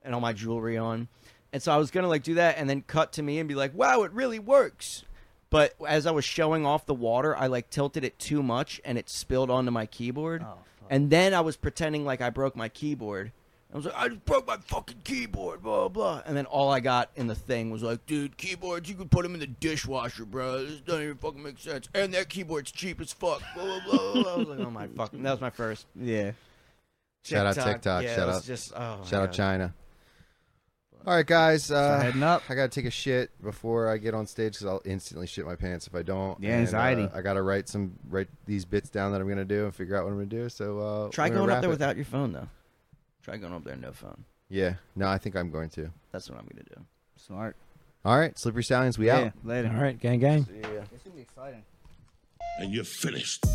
and all my jewelry on. And so I was gonna like do that and then cut to me and be like, "Wow, it really works." But as I was showing off the water, I like tilted it too much and it spilled onto my keyboard.
Oh, fuck.
and then I was pretending like I broke my keyboard. I was like, "I just broke my fucking keyboard," blah blah. And then all I got in the thing was like, "Dude, keyboards you could put them in the dishwasher, bro. This doesn't even fucking make sense." And that keyboard's cheap as fuck. Blah blah blah. blah. I was like, "Oh my fucking!" That was my first.
yeah.
Shout out TikTok.
Yeah,
Shout
it was
out-
Just, oh, my
Shout out
God.
China. All right, guys. Uh,
heading up.
I gotta take a shit before I get on stage because I'll instantly shit my pants if I don't.
Yeah, anxiety.
uh, I gotta write some write these bits down that I'm gonna do and figure out what I'm gonna do. So uh,
Try
we're gonna
going up
wrap
there
it.
without your phone though. Try going up there no phone.
Yeah. No, I think I'm going to.
That's what I'm gonna do.
Smart.
All right, slippery stallions. We out.
later.
All right, gang, gang.
It's gonna be exciting.
and you're finished.